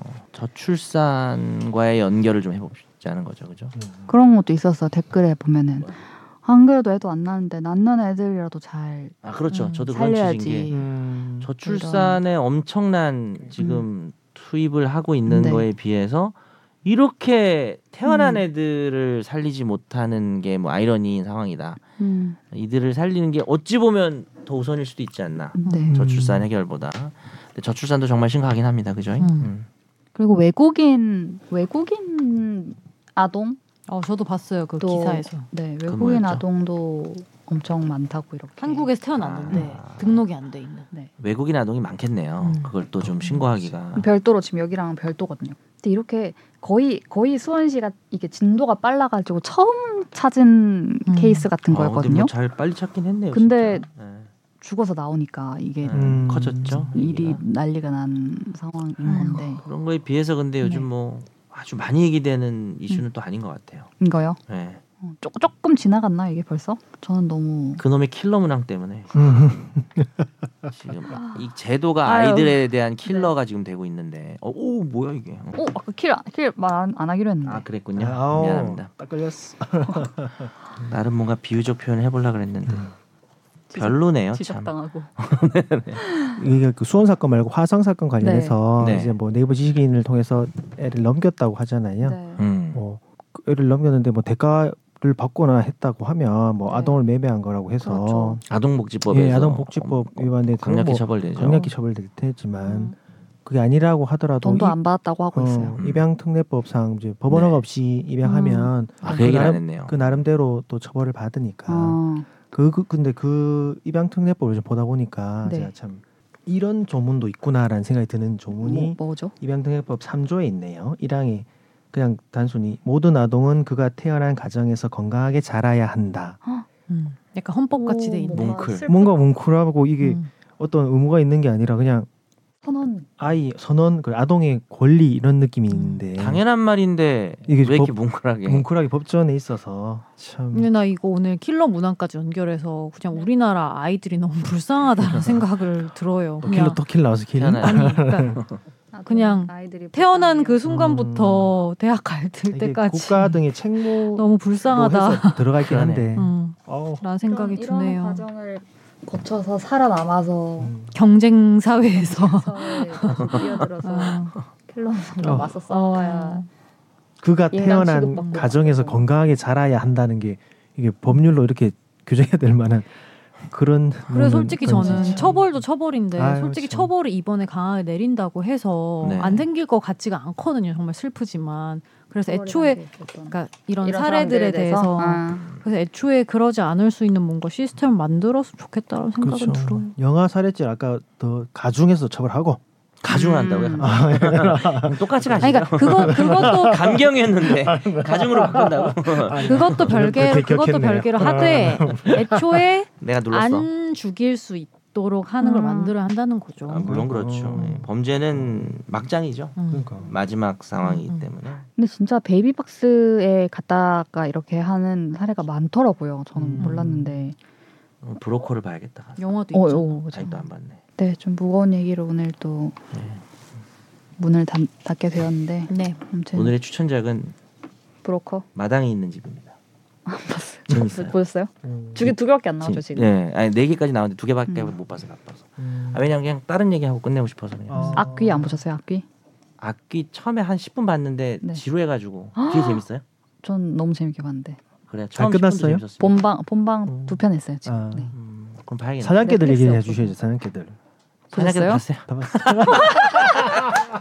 S4: 저출산과의 연결을 좀 해봅시자는 거죠, 그죠?
S2: 음.
S1: 그런 것도 있었어 댓글에 보면은 안 그래도 애도 안 나는데 낳는 애들이라도 잘
S4: 아 그렇죠.
S3: 음,
S4: 저도 그런 취지인
S1: 살려야지.
S4: 게
S2: 음,
S4: 저출산에 엄청난 지금 투입을 하고 있는
S1: 음. 네.
S4: 거에 비해서 이렇게 태어난
S1: 음.
S4: 애들을 살리지 못하는 게 뭐 아이러니인 상황이다. 이들을 살리는 게 어찌 보면 더 우선일 수도 있지 않나.
S1: 네.
S4: 저출산 해결보다. 근데 저출산도 정말 심각하긴 합니다. 그죠?
S3: 음.
S4: 음.
S1: 그리고 외국인 외국인 아동
S3: 어, 저도 봤어요 그
S1: 또-
S3: 기사에서.
S1: 네
S4: 그건
S1: 외국인
S4: 뭐였죠?
S1: 아동도 엄청 많다고 이렇게
S3: 한국에서 태어났는데
S4: 아.
S3: 등록이 안 돼 있는.
S4: 외국인 아동이 많겠네요.
S3: 음.
S4: 그걸 또 좀 신고하기가. 아,
S1: 별도로 지금 여기랑 별도거든요. 근데 이렇게 거의 거의 수원시가 이게 진도가 빨라가지고 처음 찾은
S3: 음.
S1: 케이스 같은
S4: 아, 근데
S1: 거였거든요.
S4: 뭐잘 빨리 찾긴 했네요.
S1: 근데
S4: 진짜. 네.
S1: 죽어서 나오니까 이게
S2: 음.
S4: 커졌죠.
S1: 일이
S4: 얘기가.
S1: 난리가 난 상황인
S3: 아이고.
S1: 건데
S4: 그런 거에 비해서 근데 요즘
S1: 네. 음.
S4: 뭐 아주 많이 얘기되는 이슈는 또 아닌 것 같아요.
S1: 이거요.
S4: 네.
S1: 어, 조, 조금 지나갔나 이게 벌써? 저는 너무
S4: 그놈의 킬러 문항 때문에
S2: 음,
S4: 지금 이 제도가
S1: 아. 아유. 네.
S4: 아이들에 대한 킬러가 지금 되고 있는데 어, 오 뭐야 이게 어.
S1: 어 아까 킬킬말안 안 하기로 했는데
S4: 아 그랬군요
S2: 아오,
S4: 미안합니다
S2: 딱 걸렸어.
S4: 나름 뭔가 비유적 표현을 해보려 그랬는데
S2: 음.
S4: 별로네요 참
S1: 지적당하고
S2: 이게 그 수원 사건 말고 화성 사건 관련해서
S4: 네. 네.
S2: 이제 뭐 네이버 지식인을 통해서 애를 넘겼다고 하잖아요.
S1: 네.
S4: 음.
S2: 뭐그 애를 넘겼는데 뭐 대가를 받거나 했다고 하면 뭐
S1: 네.
S2: 아동을 매매한 거라고 해서
S1: 그렇죠.
S4: 아동복지법에서 어,
S2: 예, 아동복지법 위반에 대해서
S4: 강력히
S2: 뭐
S4: 처벌되죠
S2: 강력히 처벌될 테지만
S1: 음.
S2: 그게 아니라고 하더라도
S1: 돈도
S2: 이-
S1: 안 받았다고 하고
S2: 어,
S1: 있어요.
S4: 음.
S2: 입양특례법상 이제 법원허가
S4: 네.
S2: 없이 입양하면
S4: 아, 그 얘기를 안 했네요
S2: 그 나름대로 또 처벌을 받으니까
S1: 어.
S2: 그, 그- 근데 그 입양특례법을 좀 보다 보니까
S1: 네.
S2: 제가 참 이런 조문도 있구나라는 생각이 드는 조문이
S1: 뭐, 뭐죠?
S2: 입양특례법 3조에 있네요. 1항이 그냥 단순히 모든 아동은 그가 태어난 가정에서 건강하게 자라야 한다.
S3: 음. 약간 헌법 같이 돼 있는.
S4: 뭐. 뭉클.
S2: 뭔가 뭉클하고 이게
S3: 음.
S2: 어떤 의무가 있는 게 아니라 그냥
S1: 선언
S2: 아이 선언 그 아동의 권리 이런 느낌이 있는데
S4: 음. 당연한 말인데
S2: 네. 이게
S4: 왜 이렇게
S2: 법-
S4: 뭉클하게
S2: 뭉클하게 법전에 있어서 참
S3: 근데 나 이거 오늘 킬러 문항까지 연결해서 그냥 우리나라 아이들이 너무 불쌍하다는 생각을 들어요.
S2: 뭐 킬러
S3: 그냥
S2: 또 킬러 나와서 아, 킬러
S4: 태어나요.
S3: 아니, 그러니까 그냥
S1: 아이들이
S3: 태어난
S1: 불쌍해요.
S3: 그
S2: 음.
S3: 순간부터 대학 갈
S2: 이게
S3: 때까지
S2: 국가 등의 책무
S3: 너무 불쌍하다.
S2: 해서 들어가 있긴 한데
S3: 음,
S2: 어우,
S3: 라는
S1: 이런-
S3: 생각이
S1: 이런
S3: 드네요.
S1: 과정을 거쳐서 살아남아서
S2: 음.
S3: 경쟁 사회에서
S1: 사회에 뛰어들어서
S3: 어,
S1: 킬러들과
S2: 어.
S1: 맞서 싸워야
S2: 그가
S1: 인간
S2: 태어난
S1: 취급받고
S2: 가정에서
S1: 받고.
S2: 건강하게 자라야 한다는 게 이게 법률로 이렇게 규정해야 될 만한 그런
S3: 그래 솔직히 저는
S1: 그렇지.
S3: 처벌도 처벌인데
S2: 아유,
S3: 솔직히
S2: 참.
S3: 처벌을 이번에 강하게 내린다고 해서
S4: 네.
S3: 안 생길 것 같지가 않거든요. 정말 슬프지만 그래서 애초에
S1: 처벌이라는 게 있었던
S3: 그러니까 이런,
S1: 이런
S3: 사례들에
S1: 사람들에
S3: 대해서
S1: 아,
S3: 그래서 애초에 그러지 않을 수 있는 뭔가 시스템을 만들었으면 좋겠다는 생각은
S2: 그렇죠.
S3: 들어요.
S2: 영화 살해죄 아까 더 가중해서 처벌하고
S4: 가중한다고요?
S1: 음.
S4: 똑같이
S3: 아니, 그러니까
S4: 가시죠.
S3: 그거 그것도
S4: 감경이었는데
S2: 아.
S4: 가중으로 바꾼다고.
S3: 그것도
S2: 저는
S3: 별개
S2: 그렇게
S3: 그것도
S2: 기억했네요.
S3: 별개로 하되
S4: 아,
S3: 애초에
S4: 내가 눌렀어.
S3: 안 죽일 수 있도록 하는 걸
S1: 음.
S3: 만들어야 한다는 거죠.
S4: 아, 물론 그렇죠.
S2: 음.
S4: 예, 범죄는 막장이죠.
S3: 음.
S2: 그러니까
S4: 마지막 상황이기
S3: 음, 음.
S4: 때문에.
S1: 근데 진짜 베이비박스에 갔다가 이렇게 하는 사례가 많더라고요. 저는
S2: 음.
S1: 몰랐는데.
S4: 어, 브로커를 봐야겠다. 가서.
S3: 영화도
S1: 어,
S3: 있죠.
S1: 어, 참.
S4: 아직도 안 봤네.
S1: 네, 좀 무거운 얘기로 오늘 또
S4: 네.
S1: 문을 닫, 닫게 되었는데
S3: 네.
S1: 아무튼
S4: 오늘의 추천작은
S1: 브로커
S4: 마당이 있는 집입니다.
S1: 아, 봤어요.
S4: 재밌어요.
S1: 보셨어요?
S2: 음.
S1: 두개 두 개밖에 안 나오죠
S4: 진-
S1: 지금.
S4: 예, 아니 네 개까지 나왔는데 두 개밖에
S1: 음.
S4: 못 봐서 바빠서.
S2: 음.
S4: 아, 왜냐면 그냥 다른 얘기하고 끝내고 싶어서 그냥.
S2: 어.
S4: 봤어요.
S1: 악귀 안 보셨어요? 악귀?
S4: 악기 처음에 한 10분 봤는데
S1: 네.
S4: 지루해가지고 뒤에 재밌어요?
S1: 전 너무 재밌게 봤는데
S4: 그래 처음
S2: 끝났어요?
S4: 10분도 재밌었어요.
S1: 본방 본방
S2: 음.
S1: 두 편 했어요 지금.
S2: 아.
S1: 네.
S4: 음, 그럼 봐야겠네.
S2: 사냥개들
S1: 넷플릭스
S2: 얘기를
S1: 없어서.
S2: 해주셔야죠 사냥개들
S4: 사냥개도
S1: 보셨어요?
S4: 봤어요?
S2: 다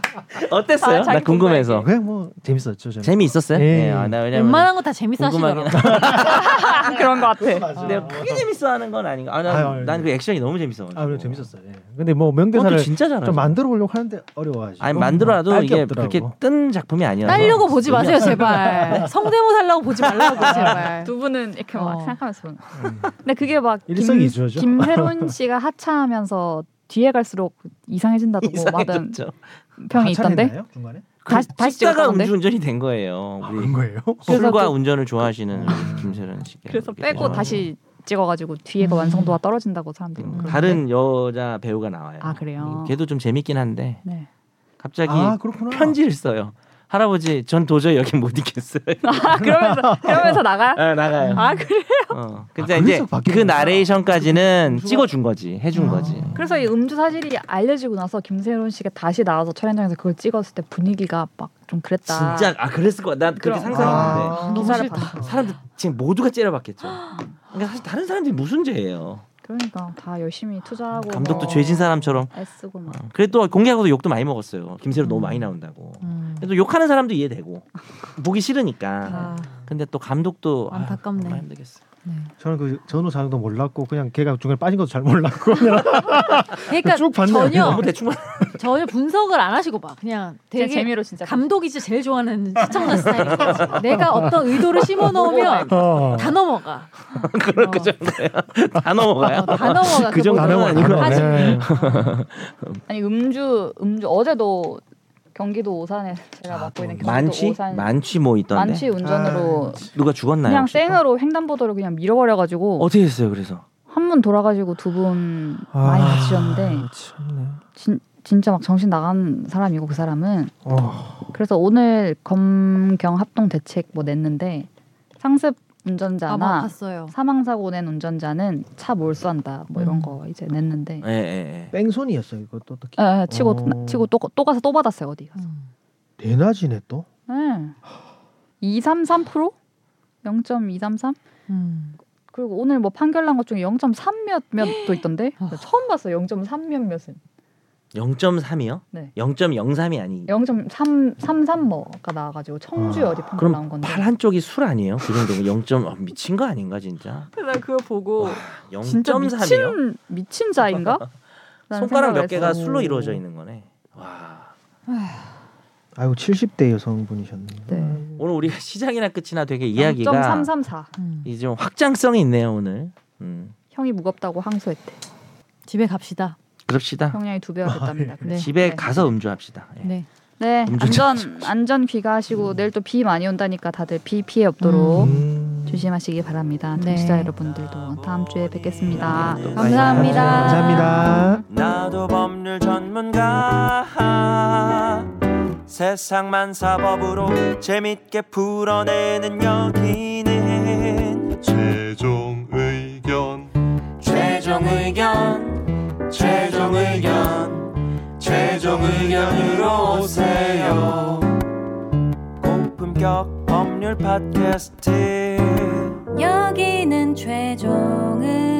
S2: 봤어요.
S4: 어땠어요?
S1: 아,
S4: 나
S1: 자기
S4: 궁금해서.
S2: 그냥 뭐 재밌었죠 저는
S4: 네. 재미있었어요?
S2: 예.
S4: 예, 아, 나 왜냐면
S3: 웬만한 거 다
S4: 궁금하긴
S3: 재밌어하시더라고요.
S4: 하-
S1: 그런 것 같아.
S2: 맞아요.
S4: 내가 크게 재밌어하는 건 아닌가? 아,
S2: 아유, 아유.
S4: 난그 액션이 너무 재밌어.
S2: 아 그래 재밌었어요 예. 근데 뭐 명대사를
S4: 그것도 진짜 잘하죠.
S2: 좀 만들어 보려고 하는데 어려워가지고 음,
S4: 아니 만들어도
S2: 딸게
S4: 이게
S2: 없더라고.
S4: 그렇게 뜬 작품이 아니라서.
S3: 딸려고 보지 마세요 제발. 성대모사려고 보지 말라고 제발.
S1: 두 분은 아, 이렇게 막
S3: 어.
S1: 생각하면서 보는 거예요. 근데 그게 막
S2: 일석이조죠.
S1: 김, 김혜론 씨가 하차하면서 뒤에 갈수록 이상해진다고 받은
S4: 이상해졌죠. 그
S1: 평이 있던데.
S2: 하차했나요? 중간에
S1: 뭐, 다시 다시
S4: 식사가
S1: 찍었던데.
S4: 음주운전이 된 거예요. 우리
S2: 아, 그런 거예요?
S4: 술과
S1: 그래서 그-
S4: 운전을 좋아하시는 김세련 씨.
S1: 그래서 빼고 다시 찍어가지고 뒤에가
S3: 음.
S1: 완성도가 떨어진다고 사람들이
S4: 음,
S1: 그러는데.
S4: 다른 여자 배우가 나와요. 음,
S1: 아, 그래요?
S4: 걔도 좀 재밌긴 한데
S1: 네.
S4: 갑자기
S2: 아 그렇구나
S4: 편지를 써요. 할아버지, 전 도저히 여기 못 있겠어요.
S1: 아, 그러면서 그러면서 나가.
S4: 아, 나가요.
S1: 아 그래.
S4: 어. 근데
S2: 아,
S4: 이제
S2: 그래서 바뀐
S4: 그
S2: 거구나.
S4: 나레이션까지는
S2: 음주가-
S4: 찍어준 거지, 해준
S2: 아.
S4: 거지.
S1: 그래서 이 음주 사실이 알려지고 나서 김세론 씨가 다시 나와서 촬영장에서 그걸 찍었을 때 분위기가 막 좀 그랬다.
S4: 진짜 아 그랬을 거야. 난 그렇게
S1: 그럼.
S4: 상상했는데
S1: 너무
S3: 기사를
S1: 싫다.
S2: 아.
S3: 봤어.
S4: 사람들 지금 모두가 째려봤겠죠. 그러니까 사실 다른 사람들이 무슨 죄예요?
S1: 그러니까 다 열심히 투자하고
S4: 음, 감독도
S1: 뭐
S4: 죄진 사람처럼.
S1: 애쓰고 막.
S4: 어. 그래도 공개하고도 욕도 많이 먹었어요.
S3: 음.
S4: 김세로 너무 많이 나온다고.
S3: 음.
S4: 그래도 욕하는 사람도 이해되고 보기 싫으니까.
S3: 아,
S1: 네.
S4: 근데 또 감독도 아유,
S3: 안타깝네.
S4: 정말 힘들겠어요.
S3: 네.
S2: 저는 그 전후 사항도 몰랐고 그냥 걔가 중간에 빠진 것도 잘 몰랐고 그냥
S3: 그러니까
S2: 쭉 봤네.
S3: 전혀
S4: 너무 대충
S3: 전혀 분석을 안 하시고 막 그냥
S1: 되게
S3: 되게
S1: 재미로
S6: 네.
S1: 진짜
S3: 감독이 진짜 제일 좋아하는 시청자 스타일이지. 내가 어떤 의도를 심어 놓으면
S2: 어.
S3: 다 넘어가.
S4: 그럴 그
S3: 어.
S4: 정도예요. 다 넘어가요.
S3: 어, 다 넘어가.
S4: 그 정도는
S3: 모든
S4: 아니고.
S3: 걸. 하지.
S2: 네.
S1: 아니 음주 음주 어제도 경기도 오산에 제가
S2: 아,
S1: 맡고
S2: 또
S1: 있는 경기도
S4: 뭐 만취
S1: 오산
S4: 만취 뭐 있던데.
S1: 만취 운전으로
S4: 누가 죽었나요?
S1: 그냥
S4: 네, 혹시?
S1: 생으로 횡단보도를 그냥 밀어버려가지고
S4: 어떻게 했어요? 그래서
S1: 한 분 돌아가지고 두 분 많이
S2: 아,
S1: 다치셨는데
S2: 참네.
S1: 진, 진짜 막 정신 나간 사람이고 그 사람은
S2: 어.
S1: 그래서 오늘 검경 합동 대책 뭐 냈는데 상습
S3: 아, 막
S1: 운전자나
S3: 봤어요.
S1: 사망 사고 낸 운전자는 차 몰수한다 뭐 이런
S3: 음.
S1: 거 이제 냈는데
S4: 예, 예, 예.
S2: 뺑소니였어요 이거 또 어떻게
S1: 예, 예, 치고
S2: 어.
S1: 치고 또, 또 가서 또 받았어요 어디 가서
S3: 음.
S2: 대낮이네 또
S1: 네. 233% 0.233
S3: 음.
S1: 그리고 오늘 뭐 판결 난 것 중에 0.3몇 몇도 있던데
S3: 아.
S1: 처음 봤어 0.3몇 몇은
S4: 0.3이요?
S1: 네.
S4: 0.03이 아니.
S1: 0.333뭐가 나와가지고 청주
S2: 아,
S1: 어디 판결 나온
S4: 그럼
S1: 건데
S4: 팔 한쪽이 술 아니에요? 그 정도면 0. 아, 미친 거 아닌가 진짜?
S1: 나 그거 보고
S4: 0.3이요?
S1: 미친 미친 자인가? 라는
S4: 손가락 몇
S1: 생각을
S4: 개가
S1: 했어.
S4: 술로 이루어져 있는 거네. 와.
S2: 아이고 70대 여성분이셨네요
S1: 네.
S2: 음.
S4: 오늘 우리가 시작이나 끝이나 되게 이야기가
S1: 0.334
S3: 음.
S4: 이제 좀 확장성이 있네요 오늘. 음.
S1: 형이 무겁다고 항소했대
S3: 집에 갑시다.
S4: 그럽시다.
S1: 형량이 두 배가 됐답니다
S3: 네.
S4: 아, 집에
S1: 네.
S4: 가서 음주합시다. 예.
S3: 네.
S1: 네
S4: 음주차. 음.
S1: 안전 안전 귀가하시고 내일 또 비 많이 온다니까 다들 비 피해 없도록
S2: 음.
S1: 조심하시기 바랍니다.
S3: 네.
S1: 청취자 여러분들도 다음 주에 뵙겠습니다.
S4: 네,
S3: 감사합니다.
S2: 감사합니다.
S7: 나도 법률 전문가 세상만 사법으로 재밌게 풀어내는 여기는
S8: 최종 의견
S7: 최종 의견 최종 의견 최종 의견으로 오세요 고품격 법률 팟캐스트
S3: 네.
S6: 여기는 최종 의